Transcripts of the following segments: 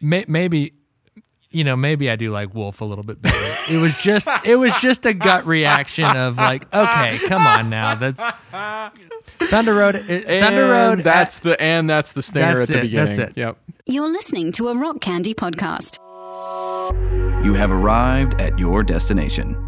may, maybe you know maybe I do like Wolf a little bit better. It was just it was just a gut reaction of like, okay, come on now, that's Thunder Road. It, Thunder Road. uh, That's the and that's the stinger That's at the it, beginning. that's it. Yep. You're listening to a Rock Candy podcast. You have arrived at your destination.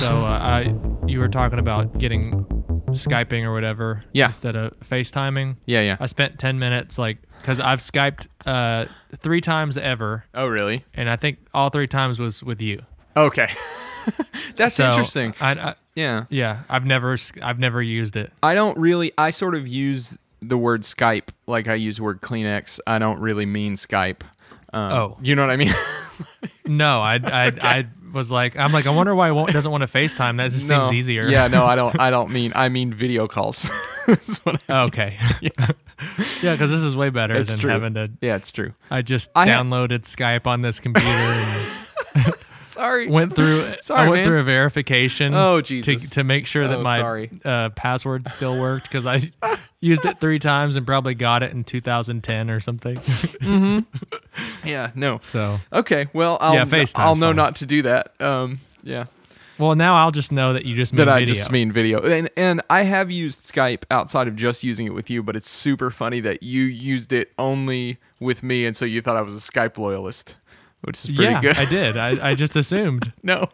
so uh, I, you were talking about getting skyping or whatever Yeah. instead of FaceTiming. Yeah, yeah. I spent 10 minutes like because I've skyped uh, three times ever, Oh, really? and I think all three times was with you. Okay. that's So interesting. I, I, Yeah. yeah, I've never s- I've never used it. I don't really. I sort of use the word Skype like I use the word Kleenex. I don't really mean Skype. Um, Oh. you know what I mean? No, I I, I was like I'm like I wonder why it won't, doesn't want to FaceTime. That just seems easier. Yeah, no, I don't. I don't mean. I mean video calls. That's what I- Okay. yeah, because this is way better It's than true. having to. yeah, it's true. I just I ha- downloaded Skype on this computer and Sorry. went through. Sorry, I went man. through a verification. Oh, To, Jesus. to make sure that Oh, my sorry. Uh, password still worked because I used it three times and probably got it in 2010 or something. yeah. No. So Okay. Well, I'll. Yeah, FaceTime's I'll know fine. not to do that. Um. Yeah. well now I'll just know that you just mean that I video. just mean video. And and I have used Skype outside of just using it with you, but it's super funny that you used it only with me, and so you thought I was a Skype loyalist, which is pretty yeah, good. I did. I, I just assumed. no,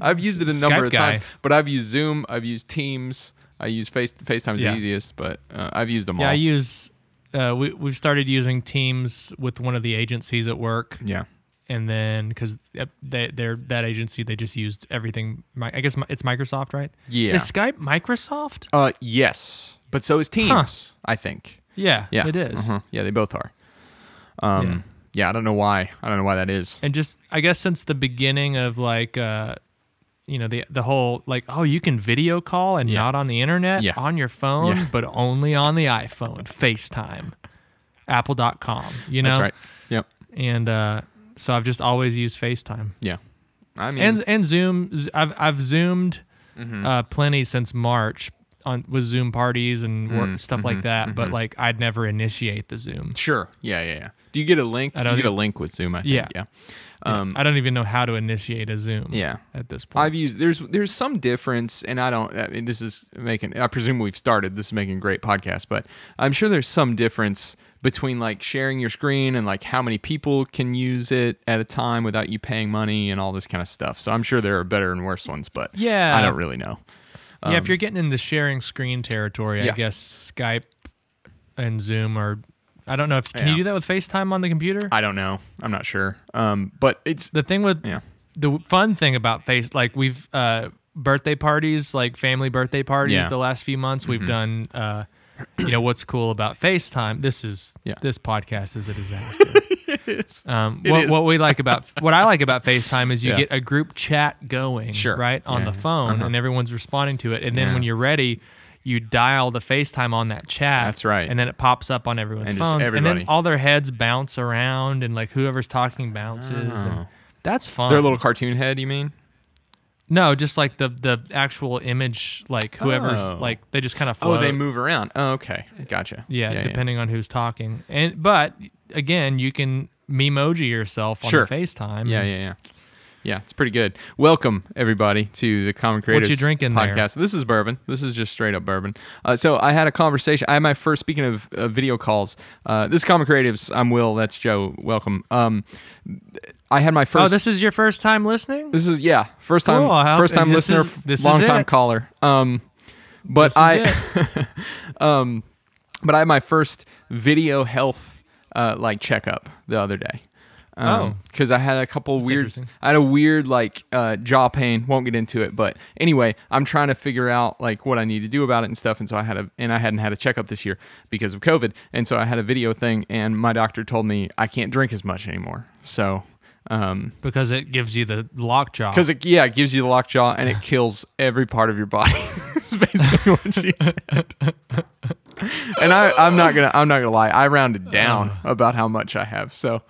I've used it a Skype number of guy. times, but I've used Zoom, I've used Teams, I use Face FaceTime's Yeah. the easiest, but uh, I've used them Yeah, all. I use. Uh, we we've started using Teams with one of the agencies at work, yeah, and then because they they're that agency, they just used everything. Mi- I guess mi- it's Microsoft, right? Yeah. Is Skype Microsoft? uh, yes, but so is Teams, I think. Yeah. Yeah, It is. Uh-huh. Yeah, they both are. Um, yeah. I don't know why. I don't know why that is. and just I guess since the beginning of like uh you know the the whole like oh you can video call and Yeah. not on the internet Yeah. on your phone Yeah. but only on the iPhone FaceTime apple.com you know That's right. Yep. and uh so I've just always used FaceTime Yeah. I mean, and and Zoom Z- I've I've zoomed Mm-hmm. uh plenty since March on with Zoom parties and work, Mm, stuff mm-hmm, like that but like I'd never initiate the Zoom Sure. Yeah, yeah, yeah. Do you get a link? I don't you get a think- link with Zoom, I think. Yeah. Yeah. I don't even know how to initiate a Zoom Um, Yeah. at this point I've used there's there's some difference and I don't I mean this is making I presume we've started this is making a great podcast but I'm sure there's some difference between like sharing your screen and like how many people can use it at a time without you paying money and all this kind of stuff. So I'm sure there are better and worse ones but Yeah. I don't really know. yeah, if you're getting in the sharing screen territory, I um, Yeah. guess Skype and Zoom are. I don't know if can you Yeah. do that with FaceTime on the computer. I don't know. I'm not sure. Um but it's the thing with yeah. the fun thing about face like we've uh, birthday parties, like family birthday parties, Yeah. Mm-hmm. the last few months we've done. Uh, you know what's cool about FaceTime? This is Yeah. this podcast is a disaster. Um, It what, is. what we like about what I like about FaceTime is you Yeah. get a group chat going Sure. right on the Yeah, yeah. Uh-huh. phone, and everyone's responding to it. And then Yeah. when you're ready, you dial the FaceTime on that chat. That's right. And then it pops up on everyone's And just phones, and everybody. then all their heads bounce around, and like whoever's talking bounces. And that's fun. Their Oh. little cartoon head, you mean? no, just like the the actual image, like whoever's Oh. like they just kind of Oh, float. they move around. Oh, okay. Gotcha. Yeah, depending on who's talking. And but again, you can memoji yourself on Sure. the FaceTime. Yeah, and- yeah, yeah. Yeah, it's pretty good. Welcome everybody to the Common Creators you drinking there? podcast. This is bourbon. This is just straight up bourbon. Uh, so I had a conversation. I had my first. Speaking of uh, video calls, uh, this is Common Creatives. I'm Will. That's Joe. Welcome. Um, I had my first. Oh, this is your first time listening? this is yeah, first time, Cool, how- first time this listener, is- this is long time it. caller. Um, This but is I. um, it. but I had my first video health uh, like checkup the other day. Oh. because I had a couple weird, interesting. I had a weird like uh, jaw pain. Won't get into it, but anyway, I'm trying to figure out like what I need to do about it and stuff. And so I had a, and I hadn't had a checkup this year because of COVID. And so I had a video thing, and my doctor told me I can't drink as much anymore. So, um, because it gives you the lockjaw. because it yeah, it gives you the lockjaw and it kills every part of your body. basically what she said. and I, I'm not gonna I'm not gonna lie. I rounded down Uh. about how much I have. So,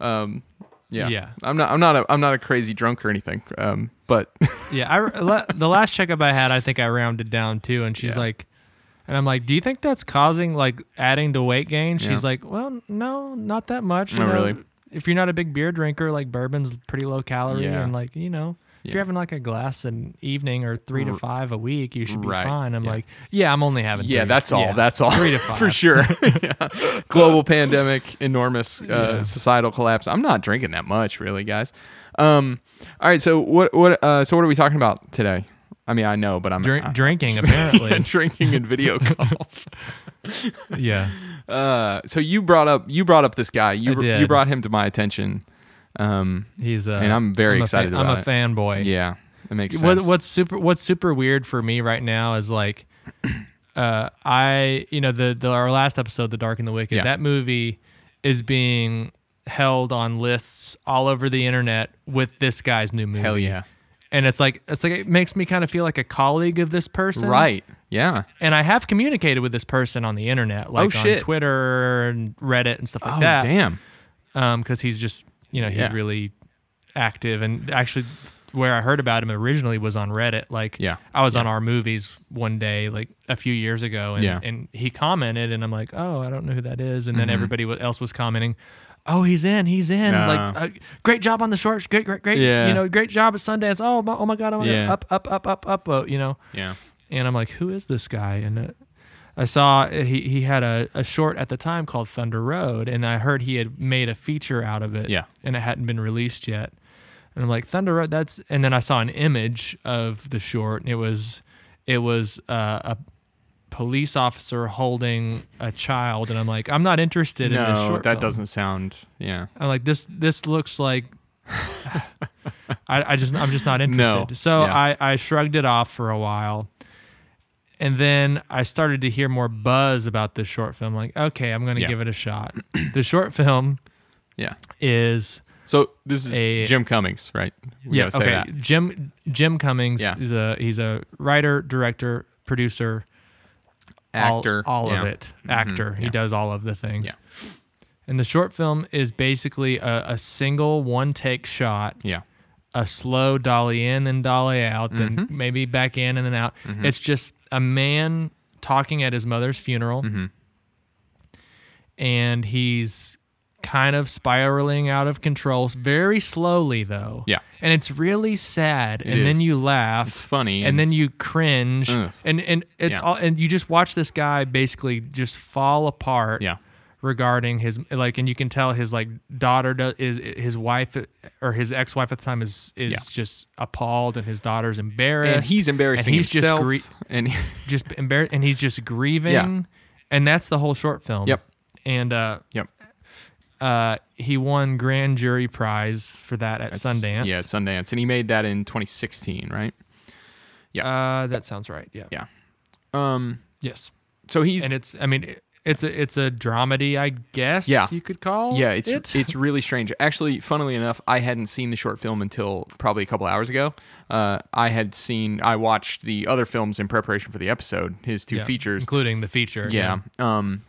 um, yeah, Yeah. I'm not I'm not a I'm not a crazy drunk or anything. Um, but Yeah, I la- the last checkup I had, I think I rounded down too, and she's Yeah. like, and I'm like, do you think that's causing like adding to weight gain? She's Yeah. like, well, no, not that much. you Not know, really. If you're not a big beer drinker, like bourbon's pretty low calorie, Yeah. and like you know, if Yeah. you're having like a glass an evening or three to five a week, you should be Right, fine. I'm yeah. like, yeah, I'm only having. yeah, three. that's all. Yeah. That's all. Three to for five. sure. Yeah. Global pandemic, enormous uh, societal collapse. I'm not drinking that much, really, guys. Um, all right. So what what uh, so what are we talking about today? I mean, I know, but I'm Drink, I- drinking apparently. drinking and video calls. yeah, Uh, so you brought up you brought up this guy. You I did. you brought him to my attention. Um, he's. Uh, And I'm very a excited Fan, I'm about a it. fanboy. yeah, it makes what, sense. what's super what's super weird for me right now is like uh i you know the, the our last episode the dark and the wicked Yeah. that movie is being held on lists all over the internet with this guy's new movie hell yeah? and it's like it's like it makes me kind of feel like a colleague of this person Right? Yeah. and i have communicated with this person on the internet like on Oh, shit. twitter and reddit and stuff like Oh that damn. um because he's just you know he's Yeah. really active and actually where i heard about him originally was on reddit like Yeah. i was on our movies one day like a few years ago and, Yeah. Mm-hmm. and he commented and i'm like oh i don't know who that is and then everybody wa- else was commenting oh he's in he's in like No. uh, great job on the shorts great great great Yeah. you know great job at sundance oh my, oh my god oh my Yeah. god up up up up up vote you know Yeah. and I'm like, who is this guy? And uh, I saw uh, he he had a, a short at the time called Thunder Road, and I heard he had made a feature out of it. Yeah. and it hadn't been released yet. And I'm like, Thunder Road. That's and then I saw an image of the short, and it was it was uh, a police officer holding a child, and I'm like, I'm not interested in this No, short. that film. doesn't sound. Yeah. I'm like this. This looks like. I, I just I'm just not interested. So Yeah. I I shrugged it off for a while, and then I started to hear more buzz about this short film. Like, okay, I'm gonna Yeah. give it a shot. the short film Yeah. is So this is A- Jim Cummings, right? We yeah gotta say okay. that. Jim Jim Cummings Yeah. is a he's a writer, director, producer, all- Actor, all, yeah. Mm-hmm. of it, actor. He yeah. does all of the things. Yeah. And the short film is basically a, a single one take shot Yeah. a slow dolly in and dolly out, then Mm-hmm. maybe back in and then out. It's just a man talking at his mother's funeral, Mm-hmm. and he's kind of spiraling out of control, very slowly though. Yeah. and it's really sad, and then is. you laugh. It's funny and, and then it's- you cringe, Ugh. and and it's Yeah. all, and you just watch this guy basically just fall apart Yeah. regarding his like and you can tell his like daughter does, is his wife or his ex-wife at the time is is Yeah. just appalled and his daughter's embarrassed And he's embarrassing and he's himself. just grie- and just embarrassed and he's just grieving Yeah. and that's the whole short film Yep. and uh yep. uh he won grand jury prize for that at That's- Sundance Yeah, at Sundance, and he made that in 2016, right? uh that sounds right yeah Yeah. Um. yes So he's and it's I mean it- it's a it's a dramedy I guess Yeah. you could call yeah. It's Oh, it. it's really strange. Actually, funnily enough, I hadn't seen the short film until probably a couple hours ago. Uh, I had seen I watched the other films in preparation for the episode. His two Yeah, features. including the feature Yeah. Um,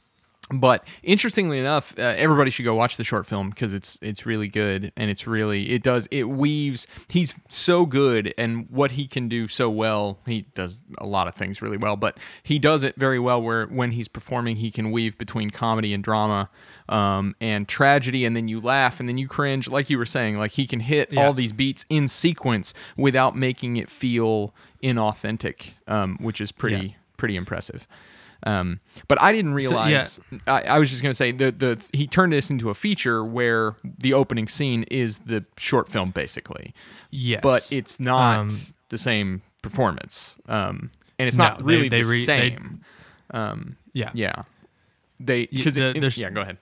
but interestingly enough, uh, everybody should go watch the short film because it's it's really good and it's really it does it weaves. He's so good and what he can do so well. He does a lot of things really well, but he does it very well. Where when he's performing, he can weave between comedy and drama, um, and tragedy, and then you laugh and then you cringe, like you were saying. Like he can hit Yeah. all these beats in sequence without making it feel inauthentic, um, which is pretty pretty impressive. Um, but I didn't realize. I, I was just gonna say the the he turned this into a feature where the opening scene is the short film basically, yes but it's not Um, the same performance. Um, and it's No, not really they- they the re- they- same. yeah yeah, they Y- because the- it in- there's- yeah. Go ahead.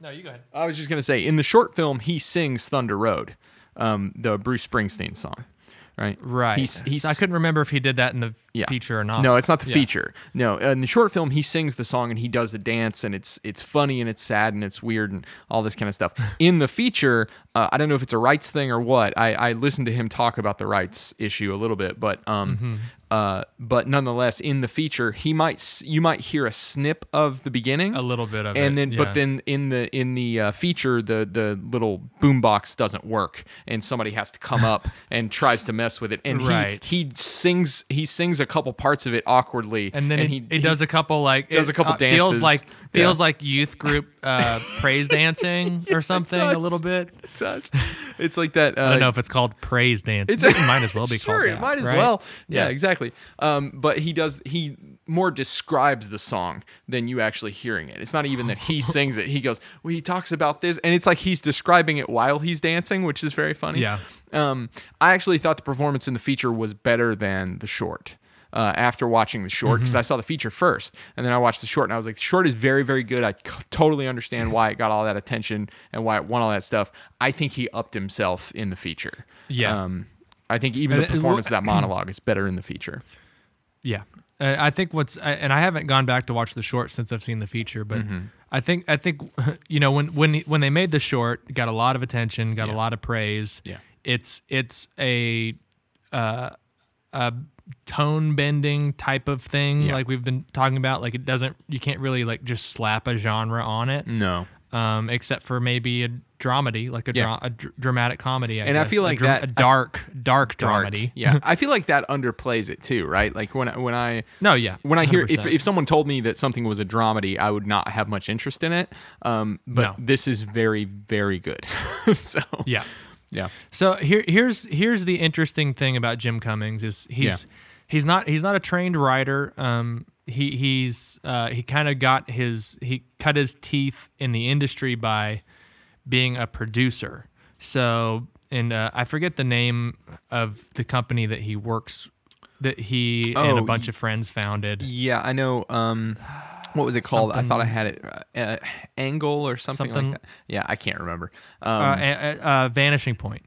no you go ahead I was just gonna say in the short film he sings Thunder Road, um, the Bruce Springsteen song, right? Right. He's he's I couldn't remember if he did that in the Yeah. feature or not. No, it's not the Yeah. feature. No, in the short film, he sings the song and he does the dance, and it's it's funny and it's sad and it's weird and all this kind of stuff. in the feature, uh, I don't know if it's a rights thing or what. I, I listened to him talk about the rights issue a little bit, but um, Mm-hmm. uh, but nonetheless, in the feature, he might s- you might hear a snip of the beginning, A little bit of and it, then yeah. but then in the in the uh, feature, the the little boombox doesn't work, and somebody has to come up and tries to mess with it, and he- Right. he sings he sings a couple parts of it awkwardly and then he, he, he does a couple like does a couple uh, feels dances. like feels Yeah. like youth group uh, praise dancing or something a does. little bit. it does. it's like that uh, I don't know if it's called praise dance. it's it might as well be sure called. it that, might as right? well yeah, exactly um but he does he more describes the song than you actually hearing it it's not even that he sings it he goes well he talks about this and it's like he's describing it while he's dancing which is very funny Yeah. um i actually thought the performance in the feature was better than the short uh, after watching the short Mm-hmm. because I saw the feature first and then I watched the short and I was like, the short is very, very good. I c- totally understand why it got all that attention and why it won all that stuff. I think he upped himself in the feature. Yeah. Um, I think even the And it- performance of that monologue is better in the feature. Yeah, uh, I think what's I- and I haven't gone back to watch the short since I've seen the feature, but Mm-hmm. I think I think you know when when when they made the short, it got a lot of attention, got a lot of praise. Yeah. it's it's a uh, a tone bending type of thing Yeah. like we've been talking about. Like it doesn't you can't really like just slap a genre on it, No. um, except for maybe a dramedy, like a, Mm. Yeah. dra- a dr- dramatic comedy. I And I guess. feel A like dra- that- a dark dark, Dark. dramedy. Yeah. I feel like that underplays it too, right? Like when I, when I No, yeah, When I hear if, 100%. if someone told me that something was a dramedy, I would not have much interest in it. Um, but No. this is very very good. so yeah. yeah. So here, here's here's the interesting thing about Jim Cummings is he's he's not he's not a trained writer. Um, he he's uh, he kind of got his he cut his teeth in the industry by being a producer. So and uh, I forget the name of the company that he works that he and a Oh, bunch of friends founded. Yeah, I know. Um, what was it called? I thought I had it. Uh, uh, angle or something, Something- like that. Yeah, I can't remember. Um, uh, a- a- uh, Vanishing Point.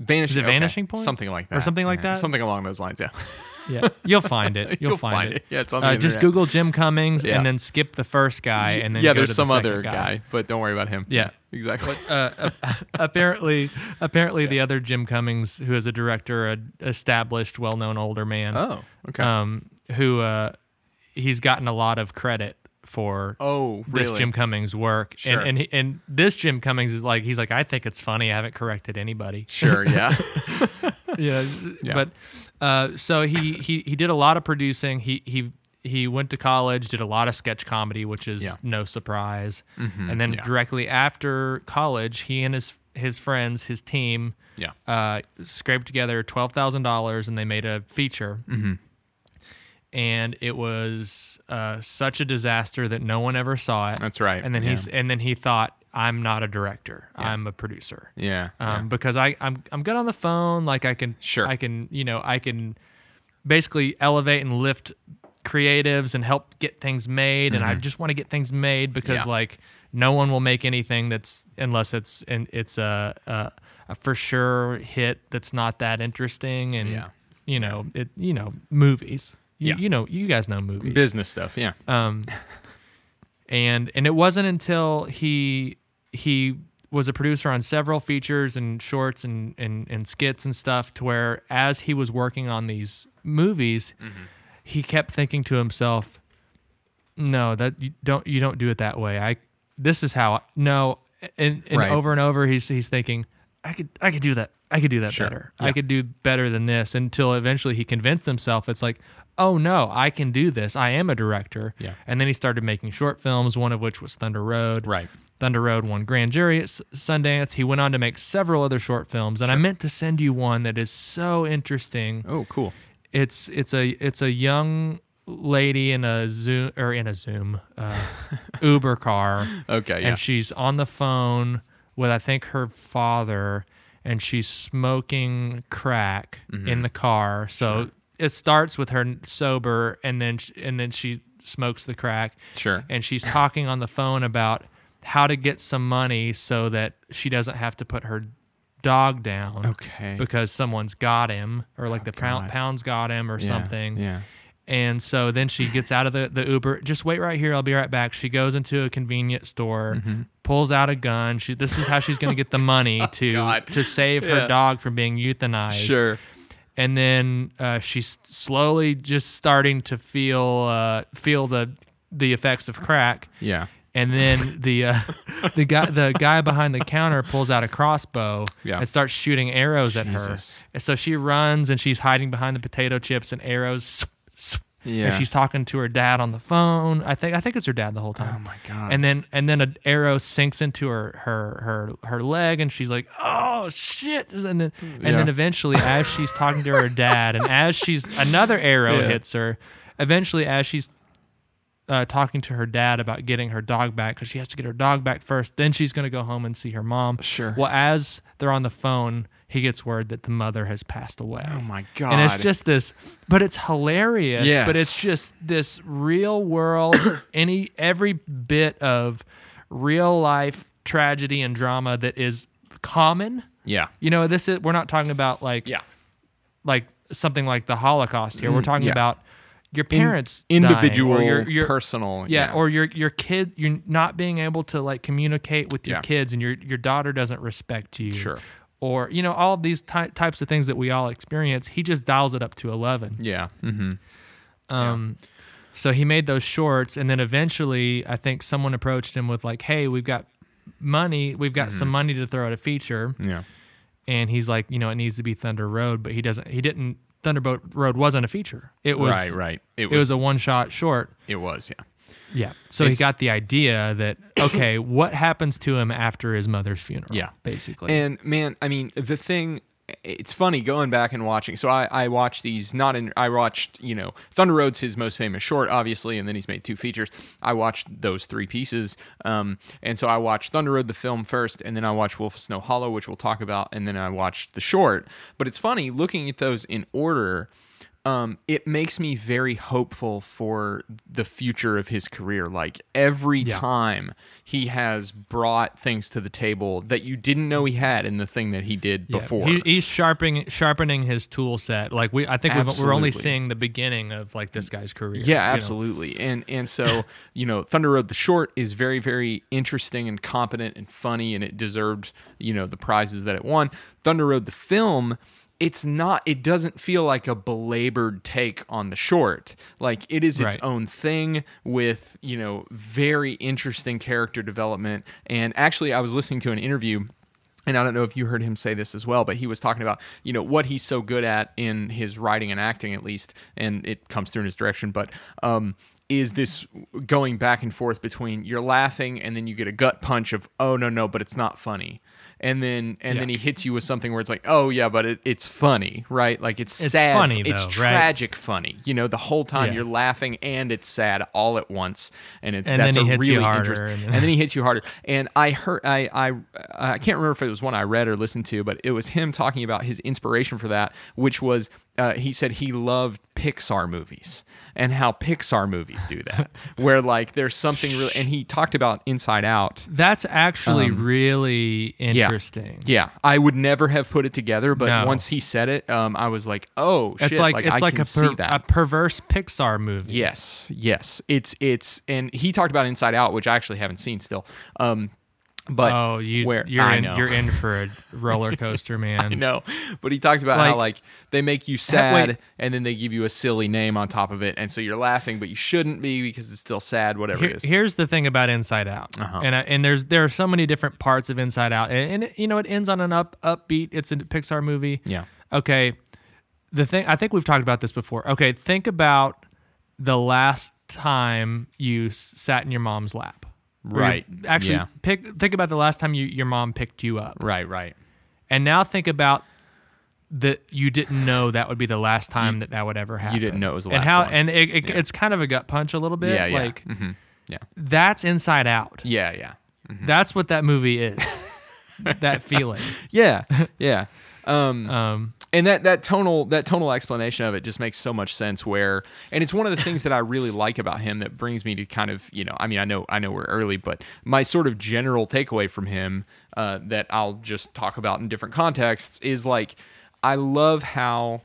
vanishing. it okay, Vanishing Point? Something like Or that. something like Yeah, that? Something along those lines. Yeah. Yeah, you'll find it. You'll, You'll find, find it. it. Yeah, it's on the uh, just internet. Google Jim Cummings Yeah. and then skip the first guy and then yeah. go There's to the some second other guy. but don't worry about him. Yeah. Exactly. uh, ap- apparently, apparently, the other Jim Cummings, who is a director, an established, well-known older man, oh. Okay. um, who uh, he's gotten a lot of credit for. oh, really? This Jim Cummings work, Sure. and and he, and this Jim Cummings is like he's like I think it's funny. I haven't corrected anybody. Sure. Yeah. yeah, but uh, so he, he he did a lot of producing. He he he went to college, did a lot of sketch comedy, which is Yeah. Mm-hmm. no surprise. And then directly after college, he and his his friends, his team, yeah. uh, scraped together twelve thousand dollars, and they made a feature. Mm-hmm. And it was uh, such a disaster that no one ever saw it. That's right, And then yeah. he's and then he thought, "I'm not a director. I'm a producer." Yeah. um, because I I'm I'm good on the phone. Like I can Sure. I can you know I can basically elevate and lift creatives and help get things made. And I just want to get things made because Mm-hmm. Yeah. like no one will make anything that's unless it's and it's a, a a for sure hit that's not that interesting and Yeah. you know it you know movies. You, Yeah. you know you guys know movies Business stuff. Yeah. uh, and and it wasn't until he he was a producer on several features and shorts and and, and skits and stuff to where as he was working on these movies Mm-hmm. he kept thinking to himself no that you don't you don't do it that way i this is how I, no and, and Right. over and over he's he's thinking i could i could do that i could do that better i could do better than this until eventually he convinced himself it's like oh no i can do this i am a director Yeah. and then he started making short films one of which was thunder road Right. thunder road won grand jury at S- sundance he went on to make several other short films and i meant to send you one that is so interesting oh, cool. it's it's a it's a young lady in a zoom or in a zoom uh, uber car Okay. Oh, Yeah. and she's on the phone with i think her father and she's smoking crack Mm-hmm. in the car so it starts with her n- sober and then sh- and then she smokes the crack Sure. and she's talking on the phone about how to get some money so that she doesn't have to put her dog down Okay. Oh, because someone's got him or like the pound, God. pound's got him or Yeah, something yeah. And so then she gets out of the, the Uber. Just wait right here. I'll be right back. She goes into a convenience store, Mm-hmm. pulls out a gun. She, this is how she's going to get the money to Oh, God. to save her Yeah. dog from being euthanized. Sure. And then uh, she's slowly just starting to feel uh, feel the the effects of crack. Yeah. And then the uh, the guy the guy behind the counter pulls out a crossbow Yeah. and starts shooting arrows at her. Jesus. And so she runs and she's hiding behind the potato chips and arrows. swoop, swoop. Yeah. And she's talking to her dad on the phone. I think I think it's her dad the whole time. Oh my God. And then and then an arrow sinks into her her her her leg and she's like, "Oh shit." And then and Yeah. then eventually as she's talking to her dad and as she's another arrow Yeah. hits her, eventually as she's uh, talking to her dad about getting her dog back because she has to get her dog back first. Then she's going to go home and see her mom. Sure. Well, as they're on the phone, he gets word that the mother has passed away. Oh my And it's God. just this, but it's hilarious. But it's Yes. just this real world, any every bit of real life tragedy and drama that is common. Yeah. You know, this is we're not talking about like Yeah. Mm, like something like the Holocaust here. We're talking yeah. about your parents, dying, or Individual, your, your, personal. yeah, or your your kid, you're not being able to like communicate with your Yeah. kids, and your your daughter doesn't respect you. Sure. Or you know all of these ty- types of things that we all experience. He just dials it up to eleven. yeah. Mm-hmm. Um, so he made those shorts, and then eventually, I think someone approached him with like, "Hey, we've got money. We've got Mm-hmm. some money to throw at a feature." Yeah. and he's like, you know, it needs to be Thunder Road, but he doesn't. He didn't. Thunderboat Road wasn't a feature. It was right. Right. It It was a one shot short. it was. Yeah. Yeah. So he got the idea that okay, what happens to him after his mother's funeral? Yeah. basically. And man, I mean, the thing it's funny going back and watching. So I I watched these not in I watched, you know, Thunder Road's his most famous short obviously and then he's made two features. I watched those three pieces. Um and so I watched Thunder Road the film first and then I watched Wolf of Snow Hollow which we'll talk about and then I watched the short. But it's funny looking at those in order um, it makes me very hopeful for the future of his career. Like every time he has brought things to the table that you didn't know he had in the thing that he did Yeah. before. He, he's sharpening sharpening his tool set. Like we, I think we've, we're only Absolutely. seeing the beginning of like this guy's career. you Yeah, know? absolutely. And and so, you know, Thunder Road the short is very very interesting and competent and funny and it deserved, you know, the prizes that it won. Thunder Road the film it's not it doesn't feel like a belabored take on the short like it is its Right. own thing with you know very interesting character development and actually i was listening to an interview and I don't know if you heard him say this as well, but he was talking about you know what he's so good at in his writing and acting, at least, and it comes through in his direction. But um, is this going back and forth between you're laughing and then you get a gut punch of oh no no, but it's not funny, and then and then he Yeah. hits you with something where it's like oh yeah, but it, it's funny, right? Like it's, It's sad, funny, it's though, right? tragic funny. You know the whole time Yeah. you're laughing and it's sad all at once, and it, And that's then he a hits really you harder, interest- and then- and then he hits you harder. And I heard, I, I, I can't remember if it was one I read or listened to, but it was him talking about his inspiration for that, which was uh, he said he loved Pixar movies and how Pixar movies do that, where like there's something really, and he talked about Inside Out. That's actually really Um, Yeah. interesting. Yeah, I would never have put it together, but No. once he said it, um, I was like, "Oh, shit!" It's like, it's I like can a, see per, that. a perverse Pixar movie. Yes, yes. It's it's and he talked about Inside Out, which I actually haven't seen still. Um but Oh, you where you're I in know. you're in for a roller coaster, man. no, but he talked about how Like- like they make you sad wait. and then they give you a silly name on top of it, and so you're laughing, but you shouldn't be because it's still sad, whatever Here- it is. here's the thing about Inside Out, Uh-huh. and I, and there's there are so many different parts of Inside Out, and, and you know it ends on an up upbeat. It's a Pixar movie. Yeah. Okay. The thing I think we've talked about this before. Okay, think about the last time you s- sat in your mom's lap. Or your- Right, Actually, yeah. pick think about the last time you your mom picked you up, Right, right. and now think about that you didn't know that would be the last time that that would ever happen. didn't know it was the and last how, one. And it, it, it's kind of a gut punch a little bit. Yeah, yeah. Like Mhm. Yeah. that's Inside Out. Yeah, yeah. That's what that movie is. that feeling. Yeah. Yeah. Um Um, and that that tonal that tonal explanation of it just makes so much sense where and it's one of the things that i really like about him that brings me to kind of you know i mean i know i know we're early but my sort of general takeaway from him uh, that i'll just talk about in different contexts is like i love how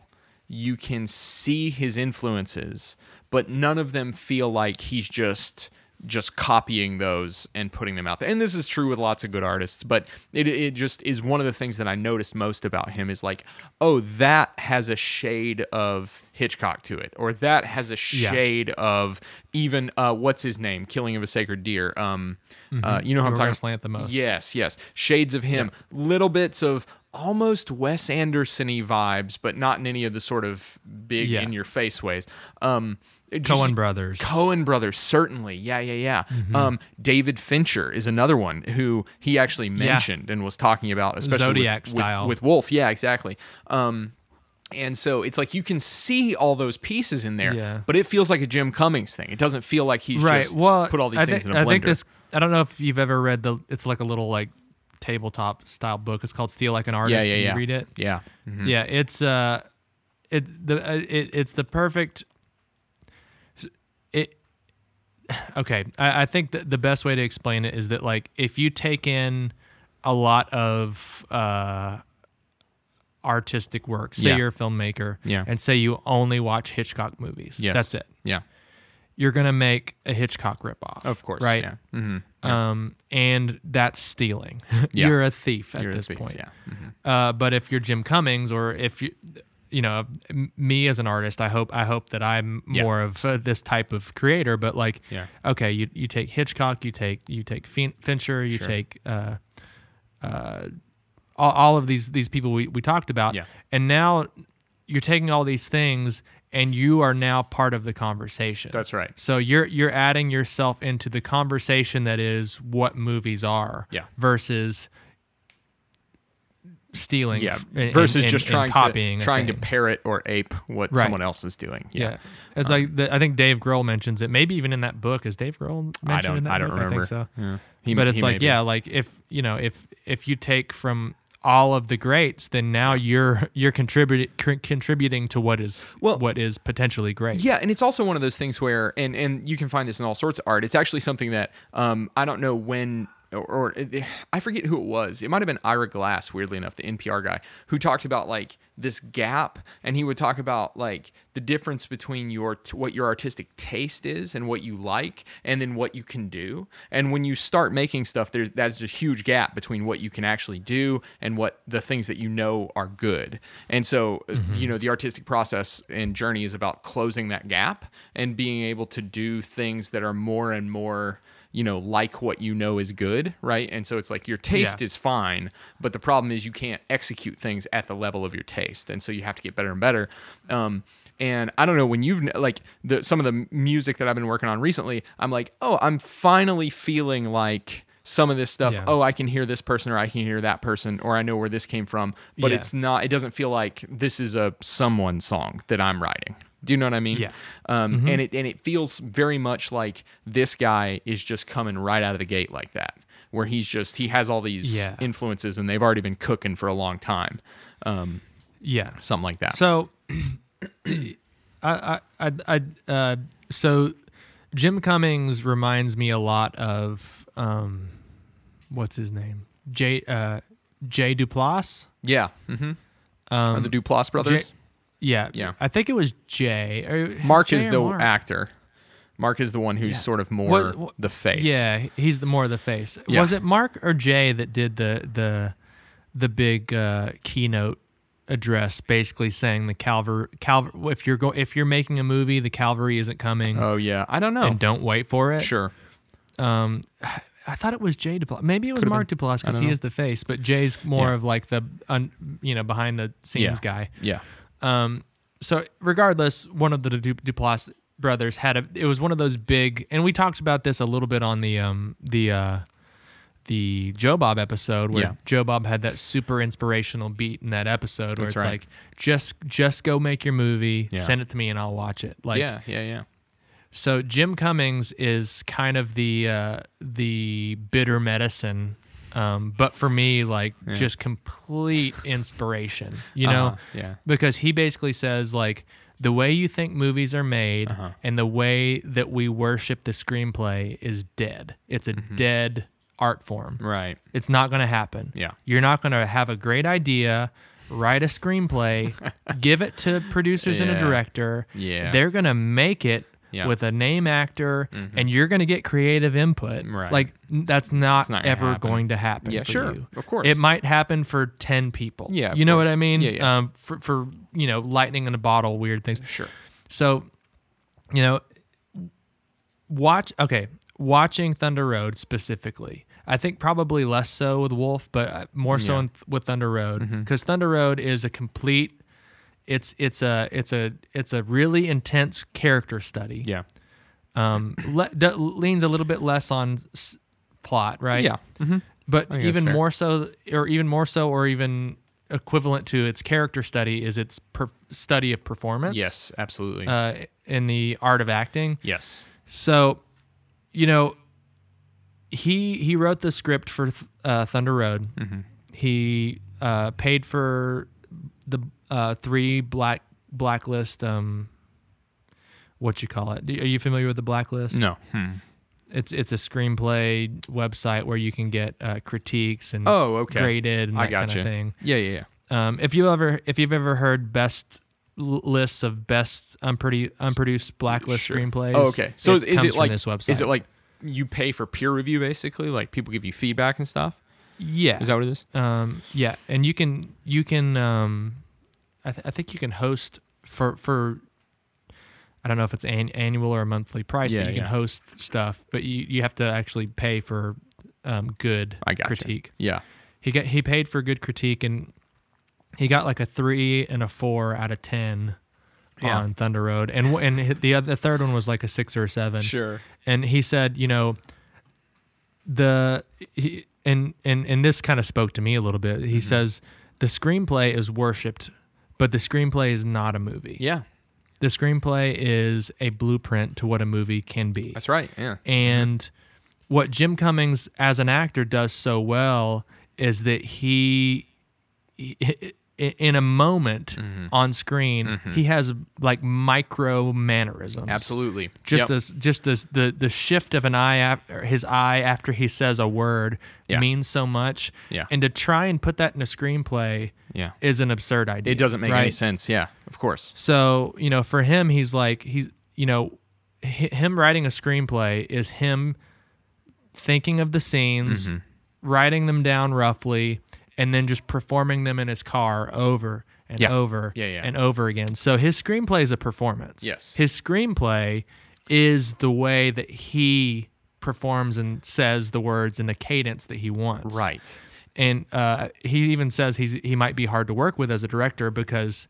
you can see his influences, but none of them feel like he's just just copying those and putting them out there. And this is true with lots of good artists, but it it just is one of the things that I noticed most about him is like, oh, that has a shade of Hitchcock to it, or that has a Yeah. shade of even uh, what's his name, Killing of a Sacred Deer. Um, uh, you know who I'm Reverse talking Lanthimos. Yes, yes, shades of him, little bits of almost Wes Anderson-y vibes, but not in any of the sort of big Yeah. in your face ways. Um, it just- Cohen Brothers. Mm-hmm. Cohen Brothers, certainly. Yeah, yeah, yeah. Um, David Fincher is another one who he actually mentioned and was talking about, especially with- Zodiac with, style. with Wolf. Yeah, exactly. Um, and so it's like you can see all those pieces in there, Yeah. but it feels like a Jim Cummings thing. It doesn't feel like he's right. just well, put all these I things think, in a blender. I think this. I don't know if you've ever read the. It's like a little like tabletop style book. It's called Steal Like an Artist. yeah, yeah, Did yeah. You read it. Yeah. Yeah, it's uh, it the uh, it, it's the perfect. It okay. I, I think that the best way to explain it is that like if you take in a lot of uh artistic work, say Yeah. you're a filmmaker, Yeah. and say you only watch Hitchcock movies, Yes. that's it. Yeah. You're gonna make a Hitchcock ripoff, Of course. right? Yeah. Mhm. Um, and that's stealing. Yeah. You're a thief at You're a this thief, point. Yeah. Mhm. Uh, but if you're Jim Cummings or if you, you know, m- me as an artist, I hope I hope that I'm Yeah. more of uh, this type of creator. But like, Yeah. okay, you you take Hitchcock, you take you take fin- Fincher, you Sure. take uh, uh, all, all of these these people we we talked about, Yeah. and now you're taking all these things and you are now part of the conversation. That's right. So you're you're adding yourself into the conversation that is what movies are Yeah. versus stealing Yeah. f- and- Versus and- just and trying copying to a trying to thing. parrot or ape what Right. someone else is doing. yeah. Uh, It's like the, I think Dave Grohl mentions it. Maybe even in that book is Dave Grohl mentioned I don't in that I don't book? remember. I think so. Yeah. He- but it's he may like be. yeah, like if you know if if you take from all of the greats, then now you're you're contributing contributing to what is Well- what is potentially great. Yeah, and it's also one of those things where, and and you can find this in all sorts of art. It's actually something that um, I don't know when. Or, or eh, I forget who it was. It might have been Ira Glass, weirdly enough, the NPR guy, who talked about like this gap, and he would talk about like the difference between your t- what your artistic taste is and what you like, and then what you can do. And when you start making stuff, there's that's a huge gap between what you can actually do and what the things that you know are good. And so, uh, Mm-hmm. you know, the artistic process and journey is about closing that gap and being able to do things that are more and more, you know, like what you know is good, right? And so it's like your taste Yeah. is fine, but the problem is you can't execute things at the level of your taste. And so you have to get better and better. Um, and I don't know when you've like the some of the music that I've been working on recently, I'm like, "Oh, I'm finally feeling like some of this stuff, Yeah. oh, I can hear this person or I can hear that person or I know where this came from, but Yeah. it's not it doesn't feel like this is a someone song that I'm writing. Do you know what I mean? Yeah. Mm-hmm. Um, and it and it feels very much like this guy is just coming right out of the gate like that, where he's just he has all these Yeah. influences and they've already been cooking for a long time, um, yeah. something like that. So, I, I, I, I, uh, so Jim Cummings reminds me a lot of, um, what's his name? Jay, uh, Jay Duplass. yeah, mm-hmm. Um, Are Oh, the Duplass brothers. Jay- yeah. Yeah. I think it was Jay. Or, Mark Jay is or the Mark? actor. Mark is the one who's sort of more What- what- the face. Yeah. He's the more of the face. Yeah. Was it Mark or Jay that did the, the, the big, uh, keynote? address basically saying the calvary calvary if you're go if you're making a movie the calvary isn't coming Oh yeah. I don't know. and don't wait for it Sure. I thought it was Jay Duplass. Maybe it was Mark Duplass because he is the face, but Jay's more Yeah. of like the un, you know behind the scenes guy. Yeah. So regardless, one of the Du- Duplass brothers had a. It was one of those big, and we talked about this a little bit on the um the uh the Joe Bob episode where Yeah. Joe Bob had that super inspirational beat in that episode where That's it's right. like just just go make your movie, Yeah. send it to me, and I'll watch it. Like yeah. Yeah. Yeah. so Jim Cummings is kind of the uh, the bitter medicine, um, but for me, like just complete inspiration. You know, Uh-huh, yeah. because he basically says like the way you think movies are made Uh-huh. and the way that we worship the screenplay is dead. It's a Mm-hmm. dead art form. Right. It's not going to happen. Mm. Yeah. You're not going to have a great idea write a screenplay, give it to producers and a Yeah. director. Yeah. They're going to make it Yeah. Mm-hmm. with a name actor and you're going to get creative input. Right. Like n- that's not, It's not gonna ever happen. going to happen. Yeah, for sure. you. Of course. It might happen for 10 people. Yeah, of You know what course. I mean? Yeah, yeah. Um, for, for, you know, lightning in a bottle, weird things. Sure. So, you know, watch okay, watching Thunder Road specifically. I think probably less so with Wolf, but uh, more so Yeah. Mm-hmm. in, with Thunder Road because Thunder Road is a complete. It's it's a it's a it's a really intense character study. Yeah. Um, le- d- leans a little bit less on s- plot, right? Yeah. Mm-hmm. but think that's even fair. more so or even more so or even equivalent to its character study is its per- study of performance Yes, absolutely. uh, in the art of acting yes. so you know he he wrote the script for th- uh, thunder road Mm-hmm. he uh, paid for the uh, three black blacklist um what you call it Do- are you familiar with the blacklist No. Hmm. it's it's a screenplay website where you can get uh, critiques and Oh, okay. graded and I that gotcha. kind of thing. Yeah, yeah, yeah. Um, if you ever if you've ever heard best l- lists of best unpretty, unproduced blacklist Sure. screenplays, Oh, okay. So it is, is comes it from like this website? Is it like you pay for peer review basically? Like people give you feedback and stuff? yeah? Is that what it is? um, yeah, and you can you can um, I, th- I think you can host for for. I don't know if it's an annual or a monthly price, Yeah, but you can yeah. host stuff. But you, you have to actually pay for um, good I got critique. Yeah. he got he paid for good critique and he got like a three and a four out of ten Yeah. on Thunder Road, and wh- and hi- the other the third one was like a six or a seven. Sure. And he said, you know, the he, and and and this kind of spoke to me a little bit. Mm-hmm. He says the screenplay is worshipped, but the screenplay is not a movie. Yeah. The screenplay is a blueprint to what a movie can be. That's right. Mm-hmm. Yeah. And what Jim Cummings as an actor does so well is that he, i- i- in a moment Mm-hmm. on screen, he has like micro mannerisms. Absolutely. Just Yep. this, just this, the the shift of an eye, af- or his eye after he says a word Yeah. means so much. Yeah. And to try and put that in a screenplay Yeah. is an absurd idea. It doesn't make any right? sense. Yeah. Of course. So you know, for him, he's like he's you know, hi- him writing a screenplay is him thinking of the scenes, Mm-hmm. writing them down roughly, and then just performing them in his car over and Yeah. over Yeah, yeah. and over again. So his screenplay is a performance. Yes. his screenplay is the way that he performs and says the words in the cadence that he wants Right. and uh, he even says he's he might be hard to work with as a director because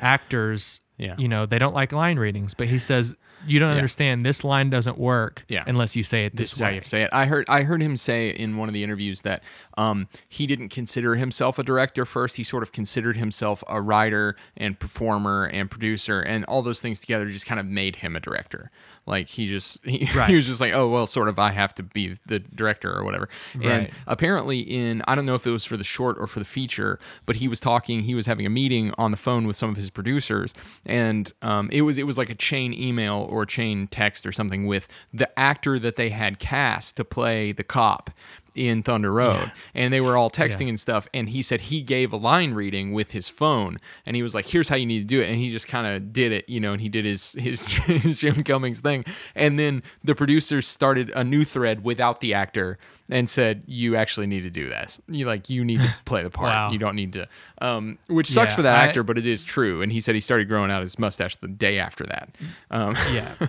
actors, Yeah. you know, they don't like line readings. But he says you don't understand this line doesn't work Yeah. unless you say it this, This is how way. you have to say it. I heard I heard him say in one of the interviews that um, he didn't consider himself a director first. He sort of considered himself a writer and performer and producer, and all those things together just kind of made him a director. Like he just he, Right. he was just like, oh well, sort of I have to be the director or whatever. And Right. apparently in I don't know if it was for the short or for the feature, but he was talking. He was having a meeting on the phone with some of his producers, and um, it was it was like a chain email or chain text or something with the actor that they had cast to play the cop in Thunder Road, and they were all texting and stuff. And he said he gave a line reading with his phone, and he was like, "Here's how you need to do it," and he just kind of did it, you know, and he did his his Jim Cummings thing. And then the producers started a new thread without the actor and said, "You actually need to do this. You like you need to play the part. Wow. You don't need to." Um, which sucks Yeah, for that I- actor, but it is true. And he said he started growing out his mustache the day after that. Um, Mm. yeah.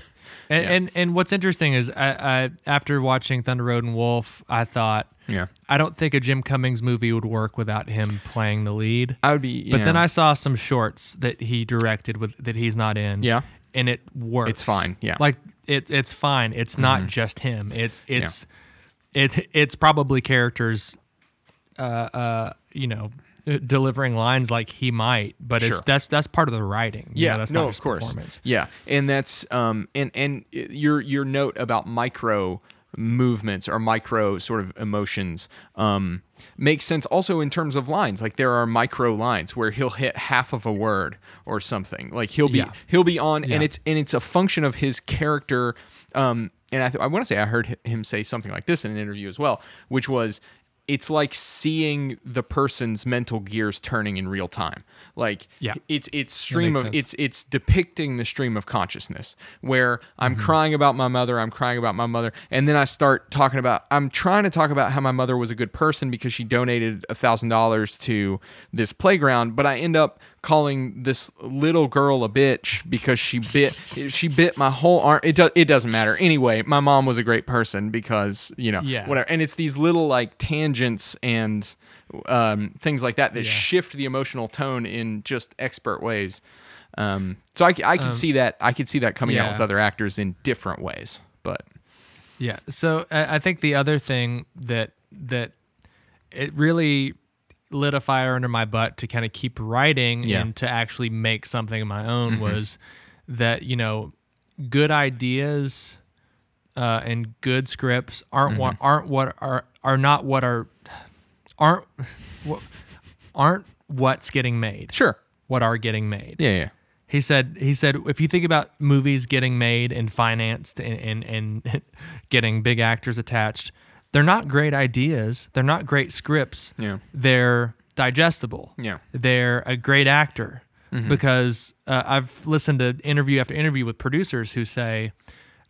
And, and and what's interesting is I, I after watching Thunder Road and Wolf, I thought Yeah. I don't think a Jim Cummings movie would work without him playing the lead. I would be, but yeah. then I saw some shorts that he directed with that he's not in. Yeah. and it works. It's fine, yeah. Mm-hmm. like it, it's fine. It's not just him. It's it's it's it's probably characters, uh, uh, you know, uh, delivering lines like he might. But Sure. it's, that's that's part of the writing. you yeah, know, that's no, not just of course, performance. yeah, and that's um, and and your your note about micro movements or micro sort of emotions um makes sense also in terms of lines like there are micro lines where he'll hit half of a word or something like he'll be Yeah. he'll be on Yeah. and it's and it's a function of his character um and i, th- I want to say i heard hi- him say something like this in an interview as well which was it's like seeing the person's mental gears turning in real time. Like Yeah. it's it's stream makes of sense. it's it's depicting the stream of consciousness where I'm Mm-hmm. crying about my mother, I'm crying about my mother, and then I start talking about I'm trying to talk about how my mother was a good person because she donated a thousand dollars to this playground, but I end up calling this little girl a bitch because she bit she bit my whole arm. It do, it doesn't matter anyway. My mom was a great person because you know Yeah. whatever, and it's these little like tangents and um, things like that that shift the emotional tone in just expert ways. Um, so I, c- I can see that I could see that coming out yeah. with other actors in different ways, but Yeah. So I, I think the other thing that that it really lit a fire under my butt to kind of keep writing Yeah. and to actually make something of my own was that you know good ideas uh, and good scripts aren't what aren't what are are not what are aren't what, aren't what's getting made. sure, What are getting made? yeah, yeah, He said he said if you think about movies getting made and financed and and, and getting big actors attached, they're not great ideas. They're not great scripts. Yeah. They're digestible. Yeah. Mm-hmm. They're a great actor because uh, I've listened to interview after interview with producers who say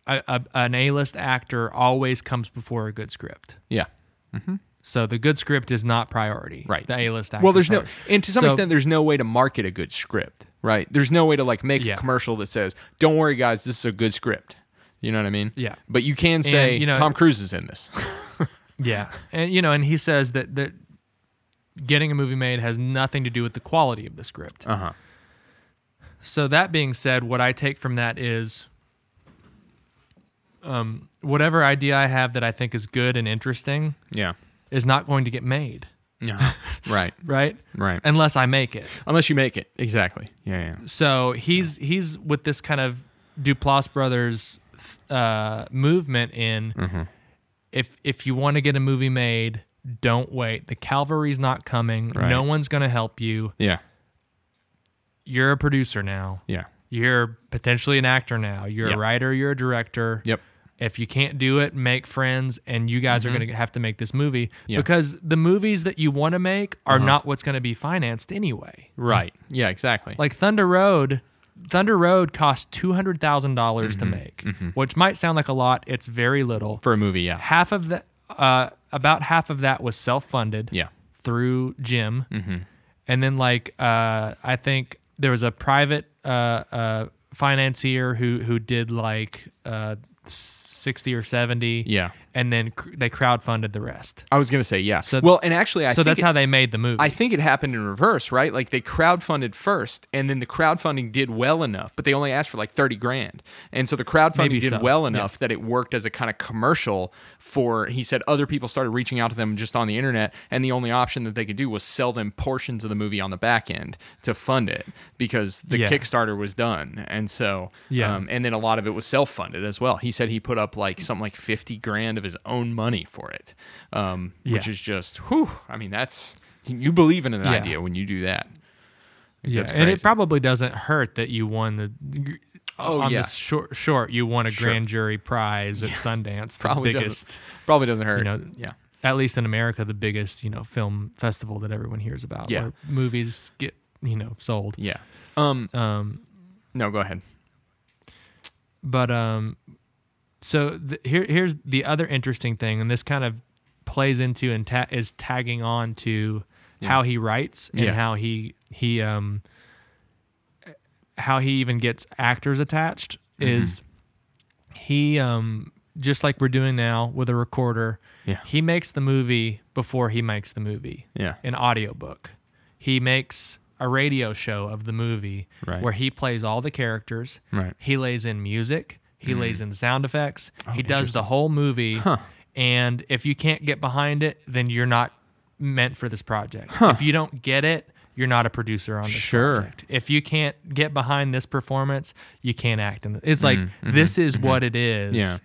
a, a, an A-list actor always comes before a good script. yeah. So the good script is not priority. Right. The A-list actor. Well, there's no, priority. and to some So- extent, there's no way to market a good script, right? There's no way to like make Yeah. a commercial that says, "Don't worry, guys, this is a good script." You know what I mean? Yeah. But you can say, you know- "Tom Cruise is in this." Yeah, and you know, and he says that that getting a movie made has nothing to do with the quality of the script. Uh Uh-huh. So that being said, what I take from that is, um, whatever idea I have that I think is good and interesting yeah. is not going to get made, Yeah. right. right? Right. Unless I make it. Unless you make it. Exactly. Yeah. Yeah. So he's he's with this kind of Duplass brothers uh, movement in. Mm-hmm. If if you want to get a movie made, don't wait. The cavalry's not coming. Right. No one's going to help you. Yeah. You're a producer now. Yeah. You're potentially an actor now. You're Yep. a writer. You're a director. Yep. If you can't do it, make friends, and you guys are going to have to make this movie Mm-hmm. Yeah. Uh-huh. because the movies that you want to make are not what's going to be financed anyway. Right. Yeah. Exactly. Like Thunder Road, Thunder Road cost two hundred dollars to make, which might sound like a lot. It's very little. Mm-hmm, for a movie. Yeah. half of that, uh, about half of that was self-funded. Yeah. Mm-hmm. through Jim, and then like uh, I think there was a private uh, uh, financier who who did like uh, sixty or seventy. Yeah. and then cr- they crowdfunded the rest. I was gonna say yeah. So- well, and actually, I so think that's it- how they made the movie. I think it happened in reverse, right? Like they crowdfunded first, and then the crowdfunding did well enough, but they only asked for like thirty grand, and so the crowdfunding Maybe did so, well yeah. enough that it worked as a kind of commercial for. He said other people started reaching out to them just on the internet, and the only option that they could do was sell them portions of the movie on the back end to fund it because the Yeah. Kickstarter was done, and so Yeah. um, and then a lot of it was self funded as well. He said he put up like something like fifty grand of his own money for it, um, which Yeah. is just whew. I mean, that's you believe in an Yeah. idea when you do that. Yeah, That's and crazy. it probably doesn't hurt that you won the. Oh, on yeah. the short, short, you won a grand jury prize at Sundance, the Probably biggest, doesn't probably doesn't hurt. you know, yeah, at least in America, the biggest, you know, film festival that everyone hears about, Yeah. where movies get, you know, sold. yeah. Um, Um, no, go ahead. but um, so th- here, here's the other interesting thing, and this kind of plays into and ta- is tagging on to how he writes and Yeah. how he he um how he even gets actors attached Mm-hmm. is he um just like we're doing now with a recorder Yeah. he makes the movie before he makes the movie Yeah. an audiobook he makes a radio show of the movie Right. where he plays all the characters Right. he lays in music he lays in sound effects he does the whole movie and if you can't get behind it then you're not meant for this project if you don't get it you're not a producer on this Sure. project. If you can't get behind this performance, you can't act in. The, it's like this is what it is. Mm-hmm.